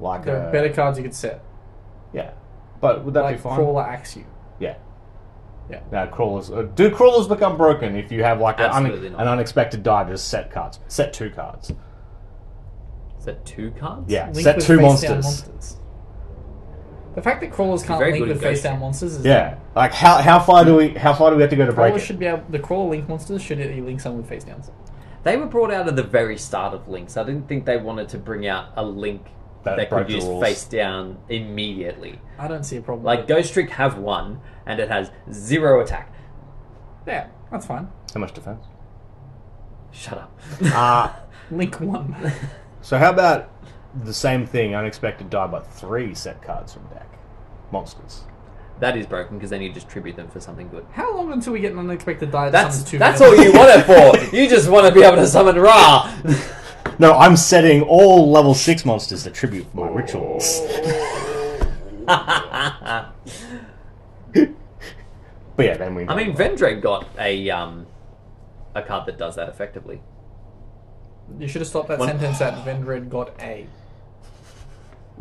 [SPEAKER 3] like
[SPEAKER 2] There are
[SPEAKER 3] a
[SPEAKER 2] better cards you could set.
[SPEAKER 3] yeah, but would that
[SPEAKER 2] like
[SPEAKER 3] be fine?
[SPEAKER 2] crawler axe you.
[SPEAKER 3] Yeah.
[SPEAKER 2] Yeah.
[SPEAKER 3] No, crawlers. Uh, do crawlers become broken if you have like an, un-
[SPEAKER 1] Absolutely
[SPEAKER 3] an
[SPEAKER 1] not.
[SPEAKER 3] unexpected die? Just set cards. Set two cards.
[SPEAKER 1] Is that two cards?
[SPEAKER 3] Yeah.
[SPEAKER 2] Link
[SPEAKER 3] set
[SPEAKER 2] with
[SPEAKER 3] two
[SPEAKER 2] face-down
[SPEAKER 3] monsters.
[SPEAKER 2] monsters. The fact that crawlers can't
[SPEAKER 1] very
[SPEAKER 2] link
[SPEAKER 1] good
[SPEAKER 2] with
[SPEAKER 1] at ghosting.
[SPEAKER 2] face down monsters is
[SPEAKER 3] Yeah. Like how how far do we how far do we have to go to break
[SPEAKER 2] crawlers
[SPEAKER 3] it?
[SPEAKER 2] should be able the crawler link monsters should it link someone with face downs.
[SPEAKER 1] They were brought out at the very start of Links. I didn't think they wanted to bring out a Link
[SPEAKER 3] That
[SPEAKER 1] that,
[SPEAKER 3] broke
[SPEAKER 1] could
[SPEAKER 3] the
[SPEAKER 1] use
[SPEAKER 3] rules.
[SPEAKER 1] face down immediately.
[SPEAKER 2] I don't see a problem.
[SPEAKER 1] Like
[SPEAKER 2] with it.
[SPEAKER 1] Ghost Trick have one, and it has zero attack.
[SPEAKER 2] Yeah, that's fine.
[SPEAKER 3] How much defense?
[SPEAKER 1] Shut up.
[SPEAKER 3] Uh,
[SPEAKER 2] Link one.
[SPEAKER 3] so how about the same thing? Unexpected die, but three set cards from deck. Monsters.
[SPEAKER 1] that is broken because then you just tribute them for something good.
[SPEAKER 2] How long until we get an unexpected die? that
[SPEAKER 1] That's
[SPEAKER 2] summons two
[SPEAKER 1] that's all
[SPEAKER 2] mana?
[SPEAKER 1] you want it for. You just want to be able to summon Ra.
[SPEAKER 3] No, I'm setting all level six monsters to tribute for my rituals.
[SPEAKER 1] I
[SPEAKER 3] But yeah, then we.
[SPEAKER 1] mean, Vendre got a um a card that does that effectively.
[SPEAKER 2] You should have stopped that
[SPEAKER 1] One-
[SPEAKER 2] sentence at Vendred got A.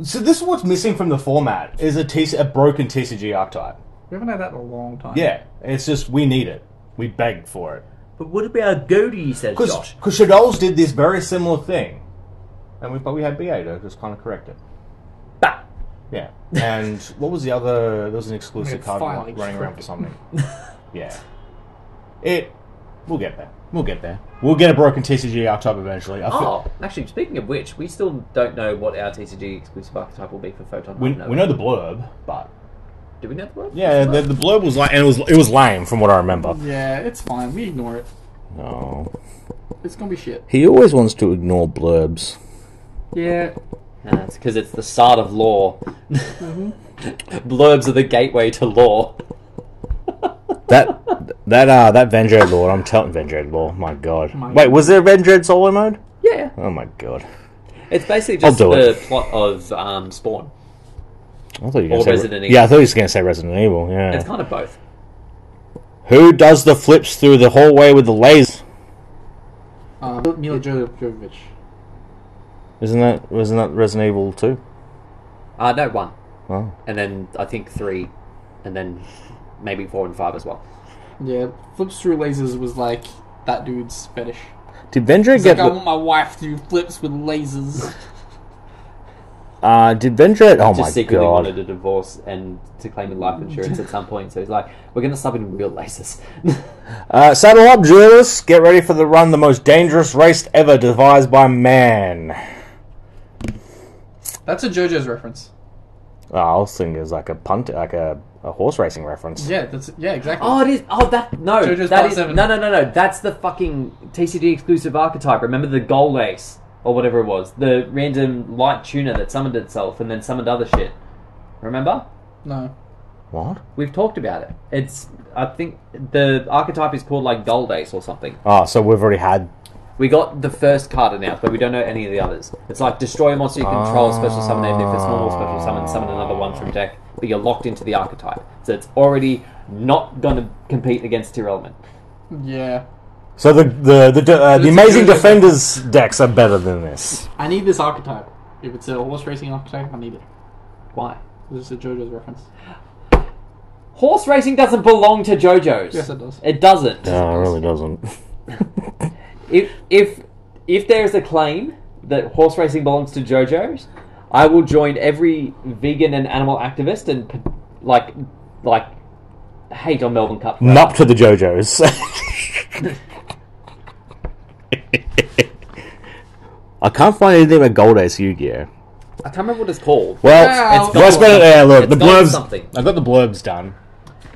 [SPEAKER 3] so this is what's missing from the format: is a, TC- a broken TCG archetype.
[SPEAKER 2] We haven't had that in a long time.
[SPEAKER 3] Yeah, it's just we need it. We beg for it.
[SPEAKER 1] But what about Goody? Says
[SPEAKER 3] Because
[SPEAKER 1] Josh.
[SPEAKER 3] Shadows did this very similar thing, and we but we had BA to just kind of correct it.
[SPEAKER 1] Bah.
[SPEAKER 3] Yeah, and what was the other? There was an
[SPEAKER 2] We
[SPEAKER 3] exclusive
[SPEAKER 2] had
[SPEAKER 3] card
[SPEAKER 2] Fire
[SPEAKER 3] running
[SPEAKER 2] Leech
[SPEAKER 3] around
[SPEAKER 2] Trick.
[SPEAKER 3] for something. yeah, it. We'll get there. We'll get there. We'll get a broken TCG archetype eventually. I feel-
[SPEAKER 1] Oh, actually, speaking of which, we still don't know what our TCG exclusive archetype will be for Photon.
[SPEAKER 3] we,
[SPEAKER 1] Hub,
[SPEAKER 3] we know the blurb, but
[SPEAKER 1] Do we know the word?
[SPEAKER 3] yeah, the, the blurb was like, and it was it was lame from what I remember.
[SPEAKER 2] Yeah, it's fine. We ignore it.
[SPEAKER 3] No,
[SPEAKER 2] It's gonna be shit.
[SPEAKER 3] he always wants to ignore blurbs.
[SPEAKER 2] Yeah.
[SPEAKER 1] And that's because it's the start of law.
[SPEAKER 3] Mm-hmm.
[SPEAKER 1] Blurbs are the gateway to law.
[SPEAKER 3] That that uh that Vendred Lord, I'm telling Vendred Lord. My God,
[SPEAKER 2] My
[SPEAKER 3] wait,
[SPEAKER 2] God.
[SPEAKER 3] was there Vendred solo mode?
[SPEAKER 1] Yeah.
[SPEAKER 3] Oh my God,
[SPEAKER 1] It's basically just
[SPEAKER 3] I'll do
[SPEAKER 1] the
[SPEAKER 3] it.
[SPEAKER 1] plot of um, Spawn.
[SPEAKER 3] I thought you were
[SPEAKER 1] Or
[SPEAKER 3] gonna say
[SPEAKER 1] Resident Evil.
[SPEAKER 3] Yeah, I thought you were gonna say Resident Evil. Yeah.
[SPEAKER 1] It's kind of both.
[SPEAKER 3] Who does the flips through the hallway with the laser?
[SPEAKER 2] Uh, Mila Jo- Jovovich.
[SPEAKER 3] Isn't that wasn't that Resident Evil two?
[SPEAKER 1] Uh, no, one.
[SPEAKER 3] Oh.
[SPEAKER 1] And then I think three. And then maybe four and five as well.
[SPEAKER 2] Yeah. Flips through lasers was like that dude's fetish.
[SPEAKER 3] Did Vendred
[SPEAKER 2] It's like
[SPEAKER 3] get
[SPEAKER 2] I
[SPEAKER 3] the,
[SPEAKER 2] want my wife to do flips with lasers.
[SPEAKER 3] uh did Vendred Oh
[SPEAKER 1] Just
[SPEAKER 3] my
[SPEAKER 1] secretly
[SPEAKER 3] god.
[SPEAKER 1] wanted a divorce and to claim in life insurance at some point. So he's like, we're going to sub in real lasers.
[SPEAKER 3] Uh, saddle up jewelers, get ready for the run the most dangerous race ever devised by man.
[SPEAKER 2] That's a JoJo's reference.
[SPEAKER 3] Oh, I was thinking it was like a punt like a, a horse racing reference.
[SPEAKER 2] Yeah. That's yeah. Exactly.
[SPEAKER 1] oh, it is. Oh, that. No.
[SPEAKER 2] JoJo's
[SPEAKER 1] that
[SPEAKER 2] Part
[SPEAKER 1] is, no,
[SPEAKER 2] Seven.
[SPEAKER 1] no, no, no. That's the fucking TCD exclusive archetype. Remember the gold ace or whatever it was? The random light tuner that summoned itself and then summoned other shit. Remember?
[SPEAKER 2] No.
[SPEAKER 3] What?
[SPEAKER 1] We've talked about it. It's I think the archetype is called like Gold Ace or something.
[SPEAKER 3] Oh, so we've already had
[SPEAKER 1] We got the first card announced, but we don't know any of the others. It's like destroy a monster you control, special summon it. If it's normal special summon, summon another one from deck. But you're locked into the archetype, so it's already not going to compete against tier element.
[SPEAKER 2] Yeah.
[SPEAKER 3] So the the the, de- uh, the
[SPEAKER 2] it's
[SPEAKER 3] amazing
[SPEAKER 2] a good-
[SPEAKER 3] defenders decks are better than this.
[SPEAKER 2] I need this archetype. If it's a horse racing archetype, I need it.
[SPEAKER 1] Why?
[SPEAKER 2] This is a JoJo's reference.
[SPEAKER 1] Horse racing doesn't belong to JoJo's.
[SPEAKER 2] Yes, it does.
[SPEAKER 1] It doesn't.
[SPEAKER 3] No, it really doesn't.
[SPEAKER 1] If if if there is a claim that horse racing belongs to JoJo's, I will join every vegan and animal activist and p- like like hate on Melbourne Cup. for that.
[SPEAKER 3] Nup to the JoJo's. I can't find anything about Gold Ace Yu-Gi-Oh.
[SPEAKER 1] I can't remember what it's called.
[SPEAKER 2] Wow.
[SPEAKER 3] Well,
[SPEAKER 2] It's
[SPEAKER 3] let's
[SPEAKER 1] gold.
[SPEAKER 3] put it there. Look,
[SPEAKER 1] It's
[SPEAKER 3] the
[SPEAKER 1] gold
[SPEAKER 3] blurbs.
[SPEAKER 1] something.
[SPEAKER 3] I got the blurbs done.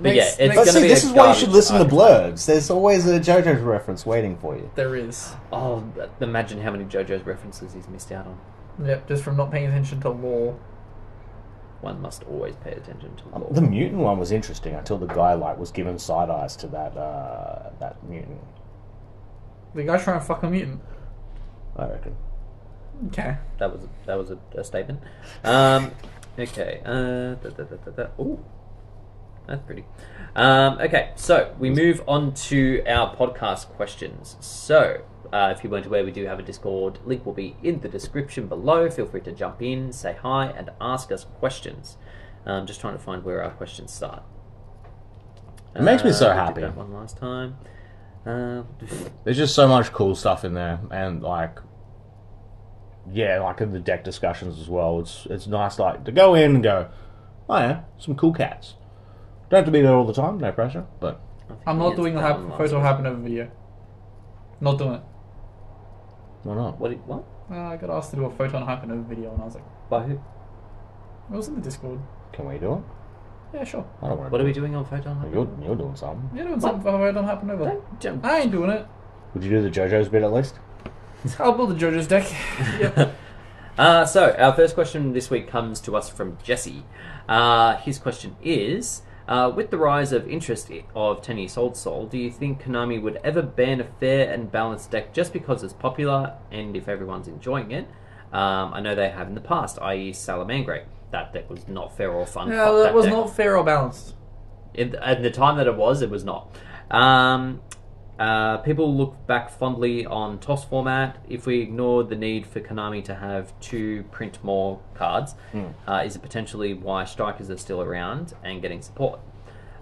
[SPEAKER 1] But yeah, it's
[SPEAKER 2] next-
[SPEAKER 1] gonna be a garbage arc.
[SPEAKER 3] blurbs. There's always a JoJo's reference waiting for you.
[SPEAKER 2] There is.
[SPEAKER 1] Oh, but imagine how many JoJo's references he's missed out on.
[SPEAKER 2] Yep, just from not paying attention to law.
[SPEAKER 1] One must always pay attention to lore.
[SPEAKER 3] The mutant one was interesting until the guy like was given side eyes to that uh, that mutant.
[SPEAKER 2] The guy trying to fuck a mutant.
[SPEAKER 3] I reckon.
[SPEAKER 2] Okay.
[SPEAKER 1] That was that was a, a statement. Um, okay. Uh, da, da, da, da, da. Ooh, that's pretty. Um, okay, so we move on to our podcast questions. So. Uh, if you weren't aware, we do have a Discord. Link will be in the description below. Feel free to jump in, say hi, and ask us questions. Um, just trying to find where our questions start.
[SPEAKER 3] It makes me
[SPEAKER 1] we
[SPEAKER 3] so
[SPEAKER 1] did
[SPEAKER 3] happy.
[SPEAKER 1] that one last time. Um,
[SPEAKER 3] There's just so much cool stuff in there, and like, yeah, like in the deck discussions as well. It's it's nice like to go in and go, oh yeah, some cool cats. Don't have to be there all the time, no pressure. But
[SPEAKER 2] I'm
[SPEAKER 1] Yes,
[SPEAKER 2] not doing the
[SPEAKER 1] that
[SPEAKER 2] hap-
[SPEAKER 1] one
[SPEAKER 2] photo
[SPEAKER 1] was-
[SPEAKER 2] happen over video. Not doing it.
[SPEAKER 3] why not?
[SPEAKER 1] What? did- What?
[SPEAKER 2] Uh, I got asked to do a photon happen over video, and I was like,
[SPEAKER 1] By who?
[SPEAKER 2] it was in the Discord.
[SPEAKER 3] Can we do it?
[SPEAKER 2] Yeah, sure.
[SPEAKER 3] I don't want to.
[SPEAKER 1] What are we doing on Photon? Hub?
[SPEAKER 3] You're you're doing something.
[SPEAKER 2] You're doing something for photon happen over.
[SPEAKER 1] Don't jump.
[SPEAKER 2] I ain't doing it.
[SPEAKER 3] Would you do the JoJo's bit at least?
[SPEAKER 2] I'll build a JoJo's deck. yep.
[SPEAKER 1] Uh, so, our first question this week comes to us from Jesse. Uh, his question is uh, With the rise of interest i- of Tenny Sold Soul, do you think Konami would ever ban a fair and balanced deck just because it's popular and if everyone's enjoying it? Um, I know they have in the past, i.e., Salamangre. That deck was not fair or fun. Fuck
[SPEAKER 2] No, that was
[SPEAKER 1] deck.
[SPEAKER 2] not fair or balanced.
[SPEAKER 1] In, at the time that it was, it was not. Um, uh, people look back fondly on TOS format. If we ignore the need for Konami to have two print more cards, uh, is it potentially why strikers are still around and getting support?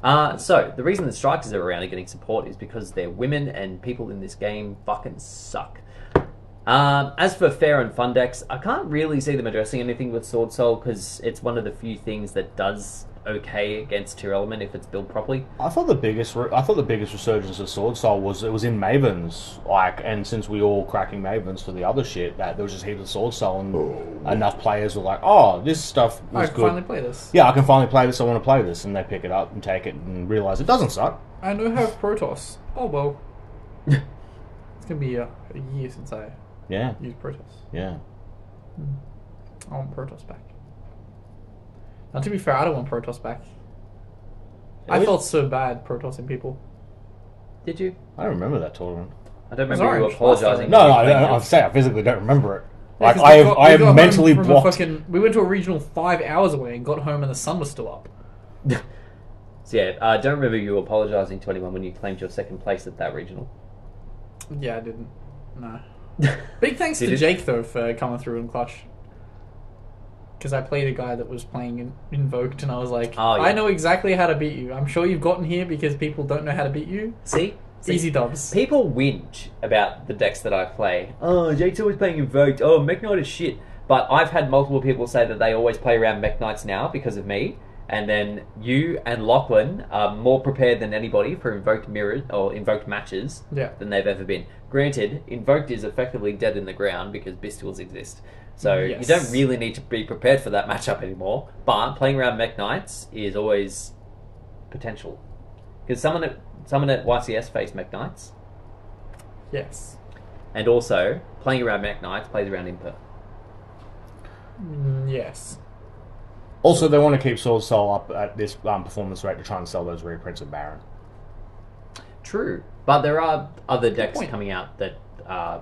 [SPEAKER 1] Uh, so the reason the strikers are around and getting support is because they're women and people in this game fucking suck. Um, as for fair and fun decks, I can't really see them addressing anything with Sword Soul because it's one of the few things that does okay against tier element if it's built properly.
[SPEAKER 3] I thought the biggest, re- I thought the biggest resurgence of Sword Soul was it was in Mavens, like, and since we all cracking Mavens for the other shit, that there was just heaps of Sword Soul, and enough players were like, "Oh, this stuff
[SPEAKER 2] Oh. I
[SPEAKER 3] was
[SPEAKER 2] can
[SPEAKER 3] good.
[SPEAKER 2] finally play this.
[SPEAKER 3] yeah, I can finally play this. I want to play this," and they pick it up and take it and realize it doesn't suck.
[SPEAKER 2] I now have Protoss. Oh well. it's gonna be a, a year since I
[SPEAKER 3] Yeah,
[SPEAKER 2] used Protoss.
[SPEAKER 3] yeah.
[SPEAKER 2] I want Protoss back. Now, to be fair, I don't want Protoss back. I
[SPEAKER 3] It was-
[SPEAKER 2] felt so bad Protossing people.
[SPEAKER 1] Did you?
[SPEAKER 3] I don't remember that tournament.
[SPEAKER 1] I don't
[SPEAKER 2] was
[SPEAKER 1] remember you
[SPEAKER 2] orange last time.
[SPEAKER 1] apologising.
[SPEAKER 3] No, no,
[SPEAKER 1] for
[SPEAKER 3] I,
[SPEAKER 1] your
[SPEAKER 3] I, I
[SPEAKER 1] vengeance.
[SPEAKER 3] say I physically don't remember it.
[SPEAKER 2] Yeah,
[SPEAKER 3] Like
[SPEAKER 2] 'cause
[SPEAKER 3] I
[SPEAKER 2] we
[SPEAKER 3] have,
[SPEAKER 2] got-
[SPEAKER 3] I
[SPEAKER 2] we
[SPEAKER 3] have
[SPEAKER 2] got home
[SPEAKER 3] mentally
[SPEAKER 2] from a
[SPEAKER 3] blocked.
[SPEAKER 2] fucking- we went to a regional five hours away and got home and the sun was still up.
[SPEAKER 1] So yeah, I don't remember you apologising to anyone when you claimed your second place at that regional.
[SPEAKER 2] Yeah, I didn't. No. Big thanks
[SPEAKER 1] Did
[SPEAKER 2] to
[SPEAKER 1] it-
[SPEAKER 2] Jake though for coming through in clutch. Because I played a guy that was playing in- invoked, and I was like,
[SPEAKER 1] Oh, yeah.
[SPEAKER 2] I know exactly how to beat you. I'm sure you've gotten here because people don't know how to beat you.
[SPEAKER 1] See? See?
[SPEAKER 2] Easy dubs.
[SPEAKER 1] People whinge about the decks that I play. Oh, Jake's always playing Invoked. Oh, Mech Knight is shit. But I've had multiple people say that they always play around Mech Knights now because of me. And then you and Lachlan are more prepared than anybody for Invoked Mirrors or Invoked matches
[SPEAKER 2] Yeah.
[SPEAKER 1] than they've ever been. Granted, Invoked is effectively dead in the ground because Bestials exist. So
[SPEAKER 2] Yes.
[SPEAKER 1] you don't really need to be prepared for that matchup anymore. But playing around Mech Knights is always potential. Because someone at someone at YCS faced Mech Knights,
[SPEAKER 2] Yes.
[SPEAKER 1] and also playing around Mech Knights plays around Imper.
[SPEAKER 2] Mm, yes.
[SPEAKER 3] Also, they want to keep Sword Soul up at this um, performance rate to try and sell those reprints of Baron.
[SPEAKER 1] True, but there are other decks
[SPEAKER 2] point.
[SPEAKER 1] coming out that are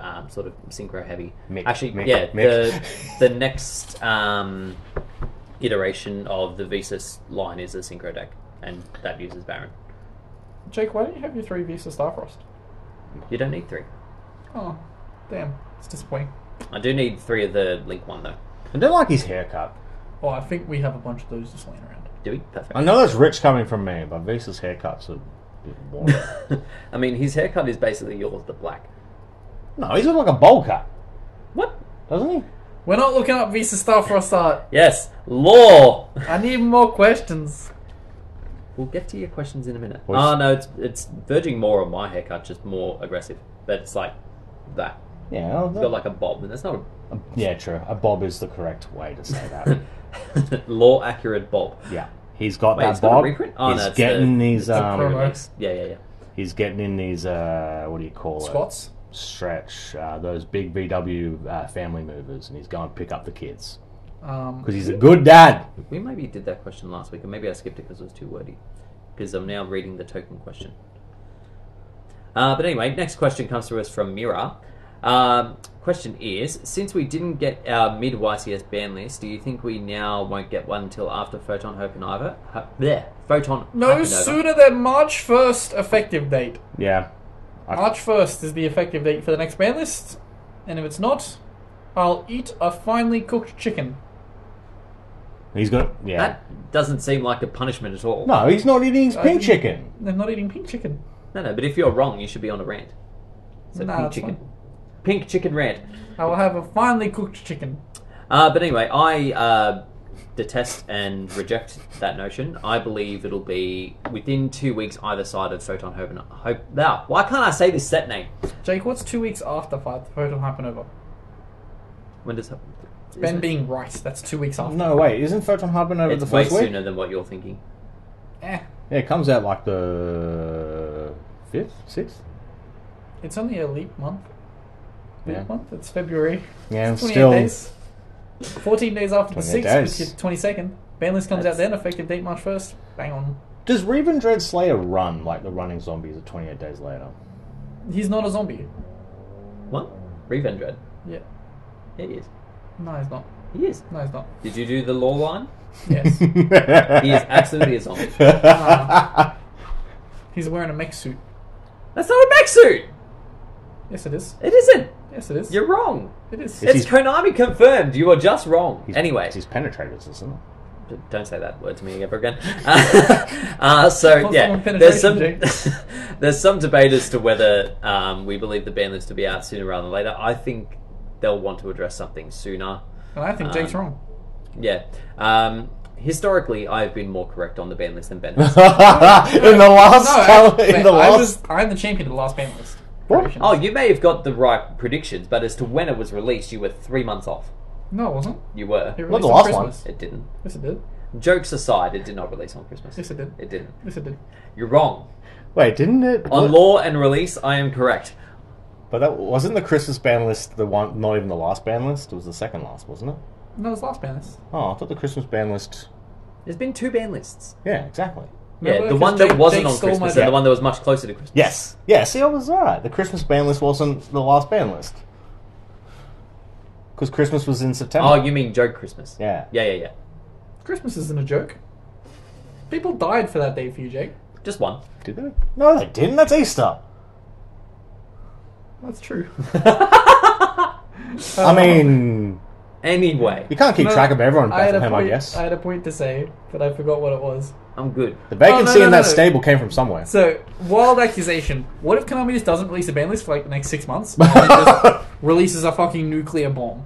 [SPEAKER 1] um, sort of synchro heavy.
[SPEAKER 3] Mick,
[SPEAKER 1] Actually,
[SPEAKER 3] Mick,
[SPEAKER 1] yeah,
[SPEAKER 3] Mick.
[SPEAKER 1] the the next um, iteration of the Vsys line is a synchro deck, and that uses Baron.
[SPEAKER 2] Jake, why don't you have your three Visa Starfrost?
[SPEAKER 1] You don't need three.
[SPEAKER 2] Oh, damn. It's disappointing.
[SPEAKER 1] I do need three of the Link one though.
[SPEAKER 3] I don't like his haircut.
[SPEAKER 2] Oh, I think we have a bunch of those just laying around.
[SPEAKER 1] Do we? Perfect.
[SPEAKER 3] I know that's rich coming from me, but Visa's haircut's a bit boring.
[SPEAKER 1] I mean, his haircut is basically yours, the black.
[SPEAKER 3] no, he's got like a bowl cut,
[SPEAKER 1] What?
[SPEAKER 3] doesn't he?
[SPEAKER 2] We're not looking up Visa Starfrost art.
[SPEAKER 1] Yes, law.
[SPEAKER 2] I need more questions.
[SPEAKER 1] We'll get to your questions in a minute.
[SPEAKER 3] Voice.
[SPEAKER 1] Oh no, it's it's verging more on my haircut, just more aggressive. But it's like that.
[SPEAKER 3] Yeah, well, uh,
[SPEAKER 1] It's got like a bob, and that's not
[SPEAKER 3] yeah, true. A bob is the correct way to say that.
[SPEAKER 1] a law accurate bob.
[SPEAKER 3] yeah, he's got
[SPEAKER 1] Wait,
[SPEAKER 3] that
[SPEAKER 1] it's got a
[SPEAKER 3] bob.
[SPEAKER 1] reprint? Oh, no,
[SPEAKER 3] he's
[SPEAKER 1] it's
[SPEAKER 3] getting
[SPEAKER 1] the-
[SPEAKER 3] these.
[SPEAKER 1] it's the
[SPEAKER 3] um,
[SPEAKER 2] promo.
[SPEAKER 1] Yeah, yeah, yeah.
[SPEAKER 3] he's getting in these. Uh, what do you call it?
[SPEAKER 2] Squats?
[SPEAKER 3] Stretch. Uh, those big VW uh, family movers, and he's going to pick up the kids
[SPEAKER 2] Um,
[SPEAKER 3] because he's a good dad.
[SPEAKER 1] We maybe did that question last week, and maybe I skipped it because it was too wordy. Because I'm now reading the token question. Uh, but anyway, next question comes to us from Mira. Um, question is: Since we didn't get our mid YCS ban list, do you think we now won't get one until after Photon Hope and Iver? Ho- there, Photon. Hope
[SPEAKER 2] no
[SPEAKER 1] and Iver.
[SPEAKER 2] sooner than March 1st effective date.
[SPEAKER 3] Yeah, I-
[SPEAKER 2] March 1st is the effective date for the next ban list, and if it's not, I'll eat a finely cooked chicken.
[SPEAKER 3] he's got. Yeah,
[SPEAKER 1] That doesn't seem like a punishment at all.
[SPEAKER 3] no, he's not eating his pink chicken.
[SPEAKER 2] I'm not eating pink chicken.
[SPEAKER 1] no, no, But if you're wrong, you should be on a rant. So
[SPEAKER 2] Nah,
[SPEAKER 1] pink
[SPEAKER 2] that's
[SPEAKER 1] chicken, pink chicken rant.
[SPEAKER 2] I will have a finely cooked chicken.
[SPEAKER 1] Uh, but anyway, I uh, detest and reject that notion. I believe it'll be within two weeks either side of Photon Hope. And Hope. Now, why can't I say this set name?
[SPEAKER 2] Jake, what's two weeks after Photon Hypernova?
[SPEAKER 1] When does it?
[SPEAKER 2] It's Ben being right. That's two weeks after.
[SPEAKER 3] No, wait, isn't Photon Harbin over
[SPEAKER 1] It's
[SPEAKER 3] the
[SPEAKER 1] way
[SPEAKER 3] first week?
[SPEAKER 1] sooner than what you're thinking.
[SPEAKER 2] Eh,
[SPEAKER 3] Yeah, it comes out like the fifth, sixth.
[SPEAKER 2] it's only a leap month. Leap
[SPEAKER 3] Yeah,
[SPEAKER 2] month? It's February.
[SPEAKER 3] yeah, and
[SPEAKER 2] 28
[SPEAKER 3] still.
[SPEAKER 2] days. 14 days after the
[SPEAKER 3] 28
[SPEAKER 2] 6th,
[SPEAKER 3] days.
[SPEAKER 2] which is 22nd. Ban list comes out
[SPEAKER 1] That's-
[SPEAKER 2] then, effective date March 1st. Bang on.
[SPEAKER 3] Does Reven Dread Slayer run like the running zombies at 28 days later?
[SPEAKER 2] He's not a zombie.
[SPEAKER 1] What? Revendred.
[SPEAKER 2] Yeah.
[SPEAKER 1] It is.
[SPEAKER 2] No, he's not.
[SPEAKER 1] He is.
[SPEAKER 2] No, he's not.
[SPEAKER 1] Did you do the law line?
[SPEAKER 2] Yes.
[SPEAKER 3] he is
[SPEAKER 1] absolutely a zombie.
[SPEAKER 2] he's wearing a mech suit.
[SPEAKER 1] That's not a mech suit.
[SPEAKER 2] Yes, it is.
[SPEAKER 1] It isn't.
[SPEAKER 2] Yes, it is.
[SPEAKER 1] You're wrong.
[SPEAKER 2] It is.
[SPEAKER 3] It's
[SPEAKER 1] It's,
[SPEAKER 3] his-
[SPEAKER 1] Konami confirmed. You are just wrong. anyway,
[SPEAKER 3] he's penetrators, isn't it?
[SPEAKER 1] D- Don't say that word to me ever again. uh, so
[SPEAKER 2] Possible
[SPEAKER 1] yeah, there's some
[SPEAKER 2] penetration,
[SPEAKER 1] there's some debate as to whether um, we believe the ban list to be out sooner rather than later. I think they'll want to address something sooner.
[SPEAKER 2] And I think Jake's
[SPEAKER 1] Um,
[SPEAKER 2] wrong.
[SPEAKER 1] Yeah. Um, historically, I've been more correct on the ban list than Ben. has.
[SPEAKER 3] in the last,
[SPEAKER 2] No, I-
[SPEAKER 3] cal-
[SPEAKER 2] wait,
[SPEAKER 3] in the
[SPEAKER 2] I
[SPEAKER 3] last,
[SPEAKER 2] was, I'm the champion of the last ban list.
[SPEAKER 3] What?
[SPEAKER 2] Predictions.
[SPEAKER 1] oh, you may have got the right predictions, but as to when it was released, you were three months off.
[SPEAKER 2] no, it wasn't.
[SPEAKER 1] You were.
[SPEAKER 2] It
[SPEAKER 3] Not the
[SPEAKER 2] released on
[SPEAKER 3] last one.
[SPEAKER 2] Christmas.
[SPEAKER 1] It didn't.
[SPEAKER 2] Yes, it did.
[SPEAKER 1] Jokes aside, it did not release on Christmas.
[SPEAKER 2] Yes, it did.
[SPEAKER 1] It didn't.
[SPEAKER 2] Yes, it did.
[SPEAKER 1] You're wrong.
[SPEAKER 3] wait, didn't it?
[SPEAKER 1] On law and release, I am correct.
[SPEAKER 3] but that wasn't the Christmas ban list. The one, not even the last ban list. It was the second last, wasn't it?
[SPEAKER 2] No, it was last ban list.
[SPEAKER 3] Oh, I thought the Christmas ban list.
[SPEAKER 1] There's been two ban lists.
[SPEAKER 3] Yeah, exactly.
[SPEAKER 1] Yeah,
[SPEAKER 2] Remember?
[SPEAKER 1] the
[SPEAKER 2] 'Cause
[SPEAKER 1] one that
[SPEAKER 2] Jake-
[SPEAKER 1] wasn't
[SPEAKER 2] Jake
[SPEAKER 1] on
[SPEAKER 2] stole my
[SPEAKER 1] Christmas
[SPEAKER 2] ban.
[SPEAKER 1] and the one that was much closer to Christmas.
[SPEAKER 3] Yes. Yeah. See, I was alright. The Christmas ban list wasn't the last ban list because Christmas was in September.
[SPEAKER 1] Oh, you mean joke Christmas?
[SPEAKER 3] yeah.
[SPEAKER 1] Yeah, yeah, yeah.
[SPEAKER 2] Christmas isn't a joke. People died for that day for you, Jake.
[SPEAKER 1] Just one.
[SPEAKER 3] Did they? No, they didn't. That's Easter.
[SPEAKER 2] That's true.
[SPEAKER 3] I mean,
[SPEAKER 1] Anyway,
[SPEAKER 3] you can't keep
[SPEAKER 2] Um, No,
[SPEAKER 3] track of everyone in
[SPEAKER 2] I had, a
[SPEAKER 3] Bethlehem, I,
[SPEAKER 2] point,
[SPEAKER 3] guess.
[SPEAKER 2] I had a point to say, but I forgot what it was.
[SPEAKER 1] I'm good.
[SPEAKER 3] The
[SPEAKER 2] Oh,
[SPEAKER 3] vacancy
[SPEAKER 2] no, no, no,
[SPEAKER 3] in that
[SPEAKER 2] no.
[SPEAKER 3] stable came from somewhere.
[SPEAKER 2] So, wild accusation. What if Konami just doesn't release a ban list for like the next six months? And then just releases a fucking nuclear bomb.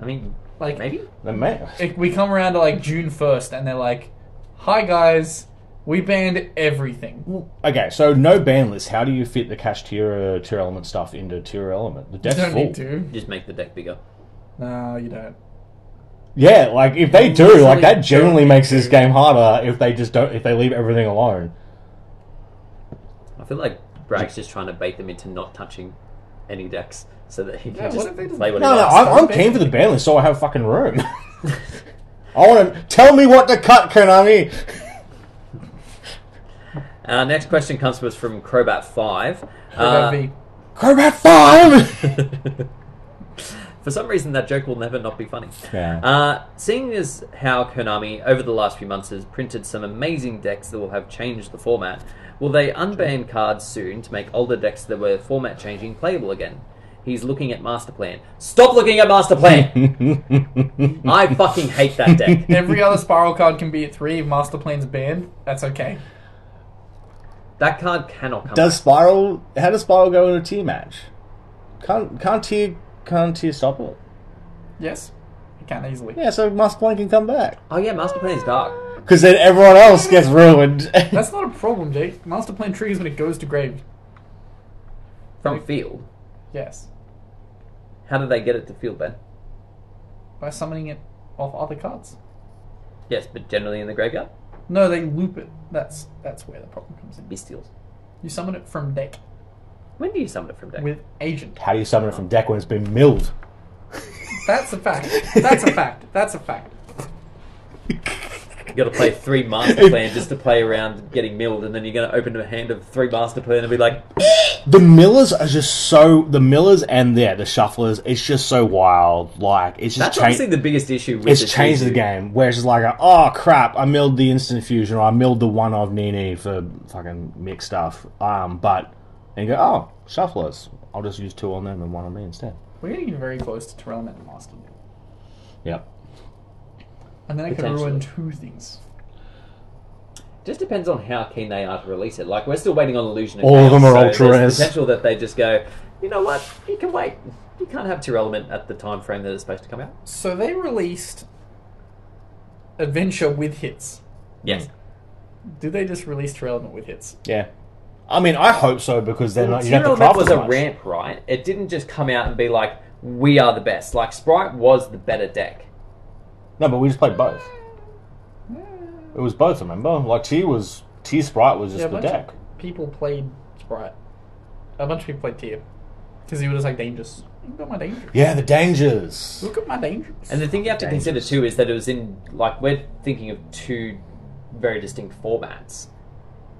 [SPEAKER 1] I mean,
[SPEAKER 2] Like,
[SPEAKER 1] maybe.
[SPEAKER 3] The ma-
[SPEAKER 2] if we come around to like June 1st and they're like, hi guys, we banned everything.
[SPEAKER 3] Okay, so no ban list. How do you fit the cash tier, uh, tier element stuff into tier element? The
[SPEAKER 2] You
[SPEAKER 3] deck's
[SPEAKER 2] don't
[SPEAKER 3] full.
[SPEAKER 2] need to.
[SPEAKER 1] Just make the deck bigger.
[SPEAKER 2] No, you don't.
[SPEAKER 3] Yeah, like if they do,
[SPEAKER 2] Literally
[SPEAKER 3] like that
[SPEAKER 2] don't
[SPEAKER 3] generally
[SPEAKER 2] need
[SPEAKER 3] makes this
[SPEAKER 2] to.
[SPEAKER 3] game harder. If they just don't, if they leave everything alone.
[SPEAKER 1] I feel like Bragg's just trying to bait them into not touching any decks so that he can
[SPEAKER 2] Yeah,
[SPEAKER 1] just
[SPEAKER 2] what if they just-
[SPEAKER 1] play what
[SPEAKER 3] No,
[SPEAKER 1] he
[SPEAKER 3] no,
[SPEAKER 1] wants.
[SPEAKER 3] I'm,
[SPEAKER 2] start
[SPEAKER 3] I'm keen for the ban list, so I have fucking room. I want to tell me what to cut, Konami.
[SPEAKER 1] Our next question comes to us from Crobat Five.
[SPEAKER 2] That
[SPEAKER 1] Uh,
[SPEAKER 2] would be-
[SPEAKER 3] Crobat five.
[SPEAKER 1] for some reason, that joke will never not be funny.
[SPEAKER 3] Yeah.
[SPEAKER 1] Uh, seeing as how Konami over the last few months has printed some amazing decks that will have changed the format, will they unban cards soon to make older decks that were format changing playable again? He's looking at Master Plan. Stop looking at Master Plan. I fucking hate that deck.
[SPEAKER 2] Every other spiral card can be at three. If Master Plan's banned, that's okay.
[SPEAKER 1] That card cannot come.
[SPEAKER 3] does
[SPEAKER 1] back.
[SPEAKER 3] Spiral? How does Spiral go in a tier match? Can't can't tier can't tier stop it?
[SPEAKER 2] Yes, you can easily.
[SPEAKER 3] Yeah, so Master Plan can come back
[SPEAKER 1] Oh yeah, Master Plan is dark.
[SPEAKER 3] because then everyone else gets ruined.
[SPEAKER 2] That's not a problem, Jake. Master Plan triggers when it goes to grave.
[SPEAKER 1] From field.
[SPEAKER 2] Yes,
[SPEAKER 1] How do they get it to field, Ben?
[SPEAKER 2] by summoning it off other cards.
[SPEAKER 1] Yes, but generally in the graveyard?
[SPEAKER 2] No, they loop it. That's that's where the problem comes in.
[SPEAKER 1] Bestials.
[SPEAKER 2] You summon it from deck
[SPEAKER 1] When do you summon it from deck?
[SPEAKER 2] with agent.
[SPEAKER 3] How do you summon it from deck when it's been milled?
[SPEAKER 2] That's a fact. That's a fact. That's a fact.
[SPEAKER 1] you got to play three master plan just to play around getting milled, and then you're going to open a hand of three master plan and be like,
[SPEAKER 3] The millers are just so the millers and yeah, the shufflers. It's just so wild. Like it's just
[SPEAKER 1] that's
[SPEAKER 3] cha-
[SPEAKER 1] obviously the biggest issue with
[SPEAKER 3] it's
[SPEAKER 1] this
[SPEAKER 3] changed the
[SPEAKER 1] issue.
[SPEAKER 3] game. Where it's just like, oh crap, I milled the instant fusion or I milled the one of Nini for fucking mixed stuff. Um, but and you go, oh shufflers. I'll just use two on them and one on me instead.
[SPEAKER 2] We're getting very close to Terrell and Master.
[SPEAKER 3] Yep.
[SPEAKER 2] And then it could
[SPEAKER 1] Potentially.
[SPEAKER 2] ruin two things.
[SPEAKER 1] Just depends on how keen they are to release it. Like, we're still waiting on Illusion.
[SPEAKER 3] All of
[SPEAKER 1] Chaos,
[SPEAKER 3] them are
[SPEAKER 1] so
[SPEAKER 3] ultra
[SPEAKER 1] there's
[SPEAKER 3] rares.
[SPEAKER 1] the potential that they just go, you know what, you can wait. You can't have Tier Element at the time frame that it's supposed to come out.
[SPEAKER 2] So they released Adventure with hits.
[SPEAKER 1] Yes.
[SPEAKER 2] Do they just release Terrell Element with hits?
[SPEAKER 3] Yeah. I mean, I hope so because then
[SPEAKER 1] Well,
[SPEAKER 3] you don't
[SPEAKER 1] Serial Net
[SPEAKER 3] have to craft
[SPEAKER 1] was
[SPEAKER 3] as
[SPEAKER 1] a
[SPEAKER 3] much.
[SPEAKER 1] ramp, right? It didn't just come out and be like, "We are the best." Like Sprite was the better deck.
[SPEAKER 3] No, but we just played both. It was both. Remember, like T was T Sprite was just
[SPEAKER 2] Yeah, a
[SPEAKER 3] the
[SPEAKER 2] bunch
[SPEAKER 3] deck.
[SPEAKER 2] of people played Sprite. A bunch of people played Tear. Because he was like dangerous. Look at my dangerous.
[SPEAKER 3] Yeah, the dangers.
[SPEAKER 2] Look at my dangerous.
[SPEAKER 1] And the thing you have to consider
[SPEAKER 3] Dangerous.
[SPEAKER 1] too is that it was in like we're thinking of two very distinct formats.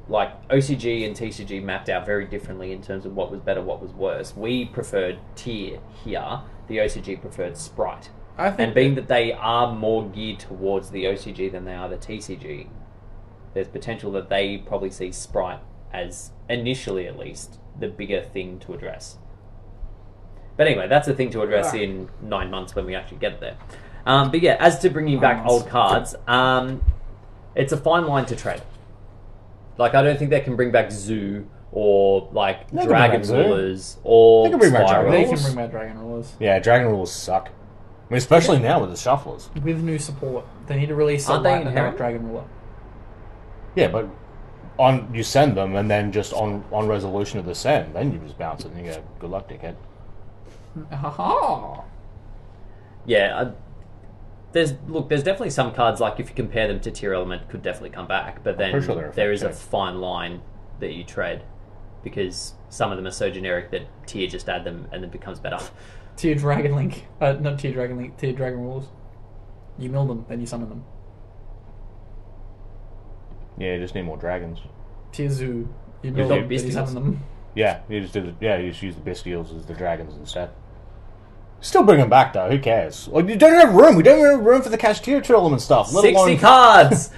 [SPEAKER 1] Like OCG and TCG mapped out very differently in terms of what was better, what was worse. We preferred tier here. The OCG preferred Sprite.
[SPEAKER 2] I think
[SPEAKER 1] And being that they are more geared towards the OCG than they are the TCG, there's potential that they probably see Sprite as, initially at least, the bigger thing to address. But anyway, that's a thing to address in nine months when we actually get there. Um, but yeah, as to bringing back
[SPEAKER 2] Oh,
[SPEAKER 1] old cards, um, it's a fine line to tread. Like, I don't think they can bring back Zoo or like
[SPEAKER 3] They can bring
[SPEAKER 1] Dragon
[SPEAKER 3] back Zoo.
[SPEAKER 1] Rulers or
[SPEAKER 3] They can bring back
[SPEAKER 1] Spirals.
[SPEAKER 2] They
[SPEAKER 3] Dragon
[SPEAKER 2] can
[SPEAKER 3] Rules?
[SPEAKER 2] bring back Dragon Rulers.
[SPEAKER 3] Yeah, Dragon Rules suck. I mean, especially now with the shufflers.
[SPEAKER 2] With new support, they need to release a
[SPEAKER 1] Aren't they
[SPEAKER 2] lightning
[SPEAKER 1] inherent?
[SPEAKER 2] Dragon Ruler.
[SPEAKER 3] Yeah, but on you send them, and then just on on resolution of the send, then you just bounce it, and you go, "Good luck, dickhead."
[SPEAKER 2] Ha ha!
[SPEAKER 1] Yeah, I, there's look, there's definitely some cards like if you compare them to tier element, could definitely come back, but then
[SPEAKER 3] pretty sure they're a
[SPEAKER 1] there is a
[SPEAKER 3] fact check.
[SPEAKER 1] fine line that you tread because some of them are so generic that tier just add them and it becomes better.
[SPEAKER 2] Tier Dragon Link. Uh, not Tier Dragon Link, Tier Dragon Rules. You mill them, then you summon them.
[SPEAKER 3] Yeah, you just need more dragons.
[SPEAKER 2] Tier Zoo. You
[SPEAKER 1] You've got
[SPEAKER 2] mill them, then you
[SPEAKER 1] Beasties.
[SPEAKER 2] summon them.
[SPEAKER 3] Yeah, you just do the, yeah, you just use the bestials as the dragons instead. Still bring them back though. Who cares? Like you don't have room. We don't even have room for the cash tier tournament stuff. Let
[SPEAKER 1] Sixty
[SPEAKER 3] alone
[SPEAKER 1] cards.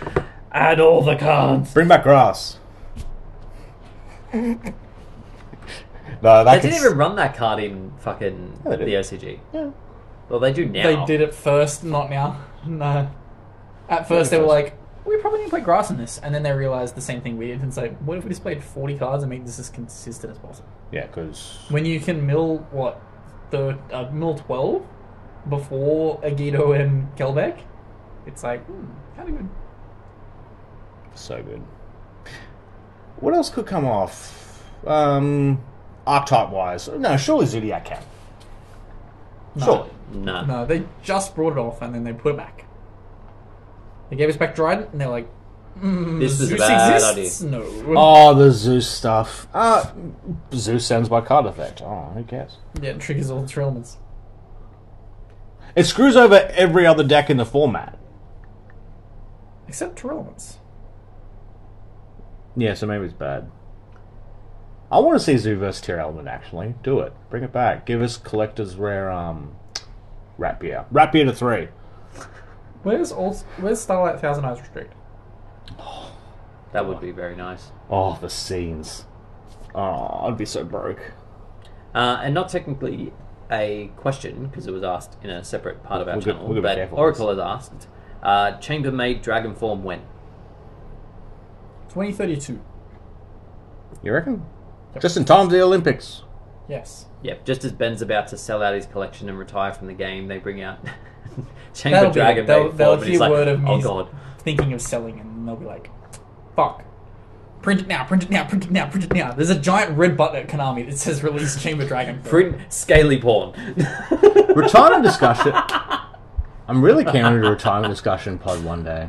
[SPEAKER 1] add all the cards.
[SPEAKER 3] bring back grass. no,
[SPEAKER 1] They
[SPEAKER 3] that could
[SPEAKER 1] didn't
[SPEAKER 3] s-
[SPEAKER 1] even run that card in fucking
[SPEAKER 3] Yeah, they did.
[SPEAKER 1] the OCG.
[SPEAKER 3] yeah.
[SPEAKER 1] Well, they do now.
[SPEAKER 2] They did it first, not now. No. At first, they were like, we probably need to play grass in this. And then they realized the same thing we did and say, what if we just played 40 cards and make this as consistent as possible?
[SPEAKER 3] Yeah, because
[SPEAKER 2] When you can mill, what, the uh, mill 12 before Agito and Kelbeck, it's like, hmm, kind of good.
[SPEAKER 3] so good. What else could come off? Um, archetype wise, no, surely Zodiac can.
[SPEAKER 2] No.
[SPEAKER 3] Surely,
[SPEAKER 1] No.
[SPEAKER 2] No, they just brought it off and then they put it back. They gave us back Dryden and they're like, mm,
[SPEAKER 1] This was a
[SPEAKER 2] Zeus
[SPEAKER 1] bad
[SPEAKER 2] exists? No.
[SPEAKER 3] Oh, the Zeus stuff. Uh, Zeus sounds by card effect. Oh, who cares?
[SPEAKER 2] Yeah, it triggers all the Trillmans.
[SPEAKER 3] It screws over every other deck in the format.
[SPEAKER 2] Except Trillmans.
[SPEAKER 3] Yeah, so maybe it's bad. I want to see Zoo versus Tier Element, actually. Do it. Bring it back. Give us Collector's Rare um, Rapier. Rapier to three.
[SPEAKER 2] Where's all? Where's Starlight Thousand Eyes restrict?
[SPEAKER 1] That would be very nice.
[SPEAKER 3] Oh, the scenes. Oh, I'd be so broke.
[SPEAKER 1] Uh, and not technically a question because it was asked in a separate part of our
[SPEAKER 3] We'll go-
[SPEAKER 1] channel,
[SPEAKER 3] we'll go back
[SPEAKER 1] but
[SPEAKER 3] careful.
[SPEAKER 1] Oracle has asked uh, Chambermaid Dragon Form when?
[SPEAKER 2] Twenty thirty two.
[SPEAKER 3] You reckon?
[SPEAKER 2] Yep.
[SPEAKER 3] Just in time for the Olympics.
[SPEAKER 2] Yes.
[SPEAKER 1] Yep, just as Ben's about to sell out his collection and retire from the game, they bring out Chamber
[SPEAKER 2] That'll be-
[SPEAKER 1] Dragon
[SPEAKER 2] they'll-
[SPEAKER 1] Maid
[SPEAKER 2] they'll
[SPEAKER 1] Form, and he's
[SPEAKER 2] hear
[SPEAKER 1] like,
[SPEAKER 2] word of
[SPEAKER 1] oh
[SPEAKER 2] me."
[SPEAKER 1] god.
[SPEAKER 2] Thinking of selling, and they'll be like, "Fuck." Print it now, print it now, print it now, print it now. There's a giant red button at Konami that says release Chamber Dragon.
[SPEAKER 1] Print scaly porn.
[SPEAKER 3] Retirement discussion. I'm really keen on a retirement discussion pod one day.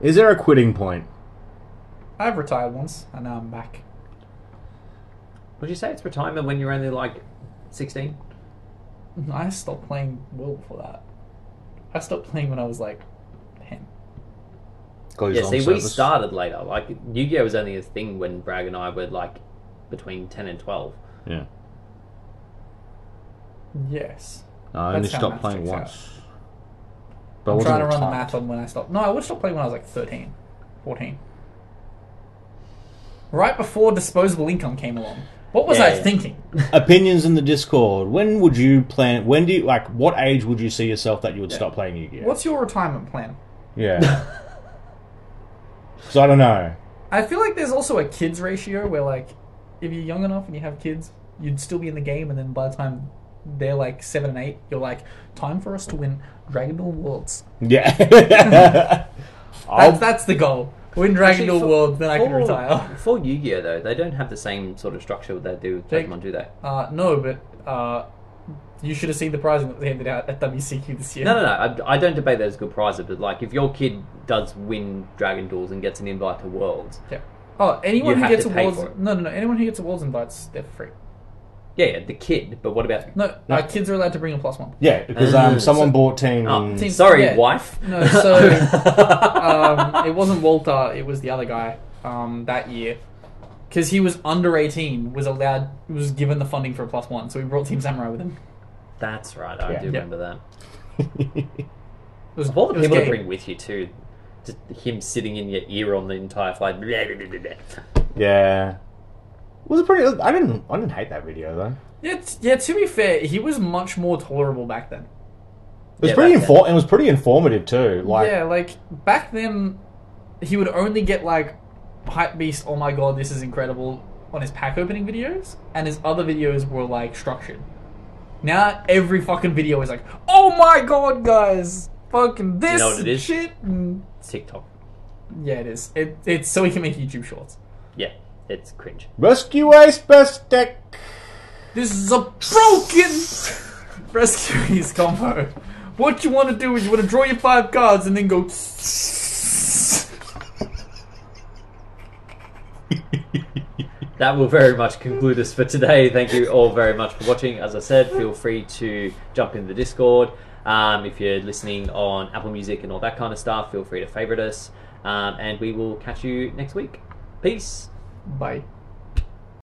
[SPEAKER 3] Is there a quitting point?
[SPEAKER 2] I've retired once, and now I'm back.
[SPEAKER 1] Would you say it's retirement when you're only like 16?
[SPEAKER 2] I stopped playing well before that. I stopped playing when I was like ten.
[SPEAKER 3] Goes
[SPEAKER 1] Yeah,
[SPEAKER 3] on
[SPEAKER 1] see, we
[SPEAKER 3] service.
[SPEAKER 1] started later. Like, Yu Gi Oh! was only a thing when Bragg and I were like between 10 and 12.
[SPEAKER 3] Yeah.
[SPEAKER 2] Yes.
[SPEAKER 3] I
[SPEAKER 2] That's
[SPEAKER 3] only
[SPEAKER 2] how
[SPEAKER 3] stopped
[SPEAKER 2] math
[SPEAKER 3] playing
[SPEAKER 2] checks out.
[SPEAKER 3] once. But I
[SPEAKER 2] I'm
[SPEAKER 3] wasn't
[SPEAKER 2] trying to run the
[SPEAKER 3] retired.
[SPEAKER 2] math on when I stopped. No, I would stop playing when I was like 13, 14. Right before disposable income came along. What was
[SPEAKER 1] Yeah,
[SPEAKER 2] I
[SPEAKER 1] yeah.
[SPEAKER 2] thinking?
[SPEAKER 3] opinions in the discord when would you plan when do you like what age would you see yourself that you would stop playing yu-gi-oh
[SPEAKER 2] What's your retirement plan?
[SPEAKER 3] yeah so i don't know
[SPEAKER 2] I feel like there's also a kids ratio where, like, if you're young enough and you have kids, you'd still be in the game, and then by the time they're like seven and eight, you're like, time for us to win Dragon Ball Worlds.
[SPEAKER 3] yeah
[SPEAKER 2] That's,
[SPEAKER 3] I'll,
[SPEAKER 2] that's the goal. Win Dragon Ball Worlds, then I can retire.
[SPEAKER 1] Oh. For Yu Gi Oh! though, they don't have the same sort of structure they do with
[SPEAKER 2] Jake-
[SPEAKER 1] Pokemon, do they?
[SPEAKER 2] Uh, no, but uh, you should have seen the prizing that they handed out at WCQ this year.
[SPEAKER 1] No, no, no. I, I don't debate that as a good prize, but like if your kid does win Dragon Duels and gets an invite to Worlds,
[SPEAKER 2] Yeah. Oh, anyone
[SPEAKER 1] You
[SPEAKER 2] who
[SPEAKER 1] have
[SPEAKER 2] gets
[SPEAKER 1] to pay
[SPEAKER 2] awards.
[SPEAKER 1] for it.
[SPEAKER 2] No, no, no. Anyone who gets awards invites, they're free.
[SPEAKER 1] yeah, yeah, the kid. But what about?
[SPEAKER 2] No, uh, kids are allowed to bring a plus one.
[SPEAKER 3] yeah because
[SPEAKER 1] Uh,
[SPEAKER 3] um, someone
[SPEAKER 2] so-
[SPEAKER 3] bought team
[SPEAKER 1] Oh,
[SPEAKER 2] Team-
[SPEAKER 1] sorry,
[SPEAKER 2] yeah.
[SPEAKER 1] wife.
[SPEAKER 2] No, so um, it wasn't Walter. It was the other guy um, that year, because he was under eighteen, was allowed, was given the funding for a plus one. So he brought Team Samurai with him.
[SPEAKER 1] That's right. I
[SPEAKER 3] Yeah.
[SPEAKER 1] do
[SPEAKER 3] Yeah.
[SPEAKER 1] remember that.
[SPEAKER 2] It was
[SPEAKER 1] Of all
[SPEAKER 2] it
[SPEAKER 1] the
[SPEAKER 2] was
[SPEAKER 1] people to
[SPEAKER 2] gay.
[SPEAKER 1] bring with you too, just him sitting in your ear on the entire flight.
[SPEAKER 3] yeah It was a pretty i didn't i didn't hate that video though
[SPEAKER 2] Yeah, t- yeah. To be fair, he was much more tolerable back then.
[SPEAKER 3] was
[SPEAKER 1] Yeah,
[SPEAKER 3] pretty
[SPEAKER 1] back
[SPEAKER 3] infor- it was pretty informative too. Like
[SPEAKER 2] yeah, like back then, he would only get like hype beast. Oh my god, this is incredible on his pack opening videos, and his other videos were like structured. Now every fucking video is like, oh my god, guys, fucking this
[SPEAKER 1] know what it is?
[SPEAKER 2] shit. and-
[SPEAKER 1] TikTok.
[SPEAKER 2] yeah, it is. It, it's so he can make YouTube shorts.
[SPEAKER 1] Yeah, it's cringe.
[SPEAKER 3] rescue ice best deck.
[SPEAKER 2] This is a broken rescue his combo. What you want to do is you want to draw your five cards and then go.
[SPEAKER 1] That will very much conclude us for today. Thank you all very much for watching. As I said, feel free to jump in the Discord. Um, if you're listening on Apple Music and all that kind of stuff, feel free to favorite us. Um, and we will catch you next week. Peace.
[SPEAKER 2] Bye.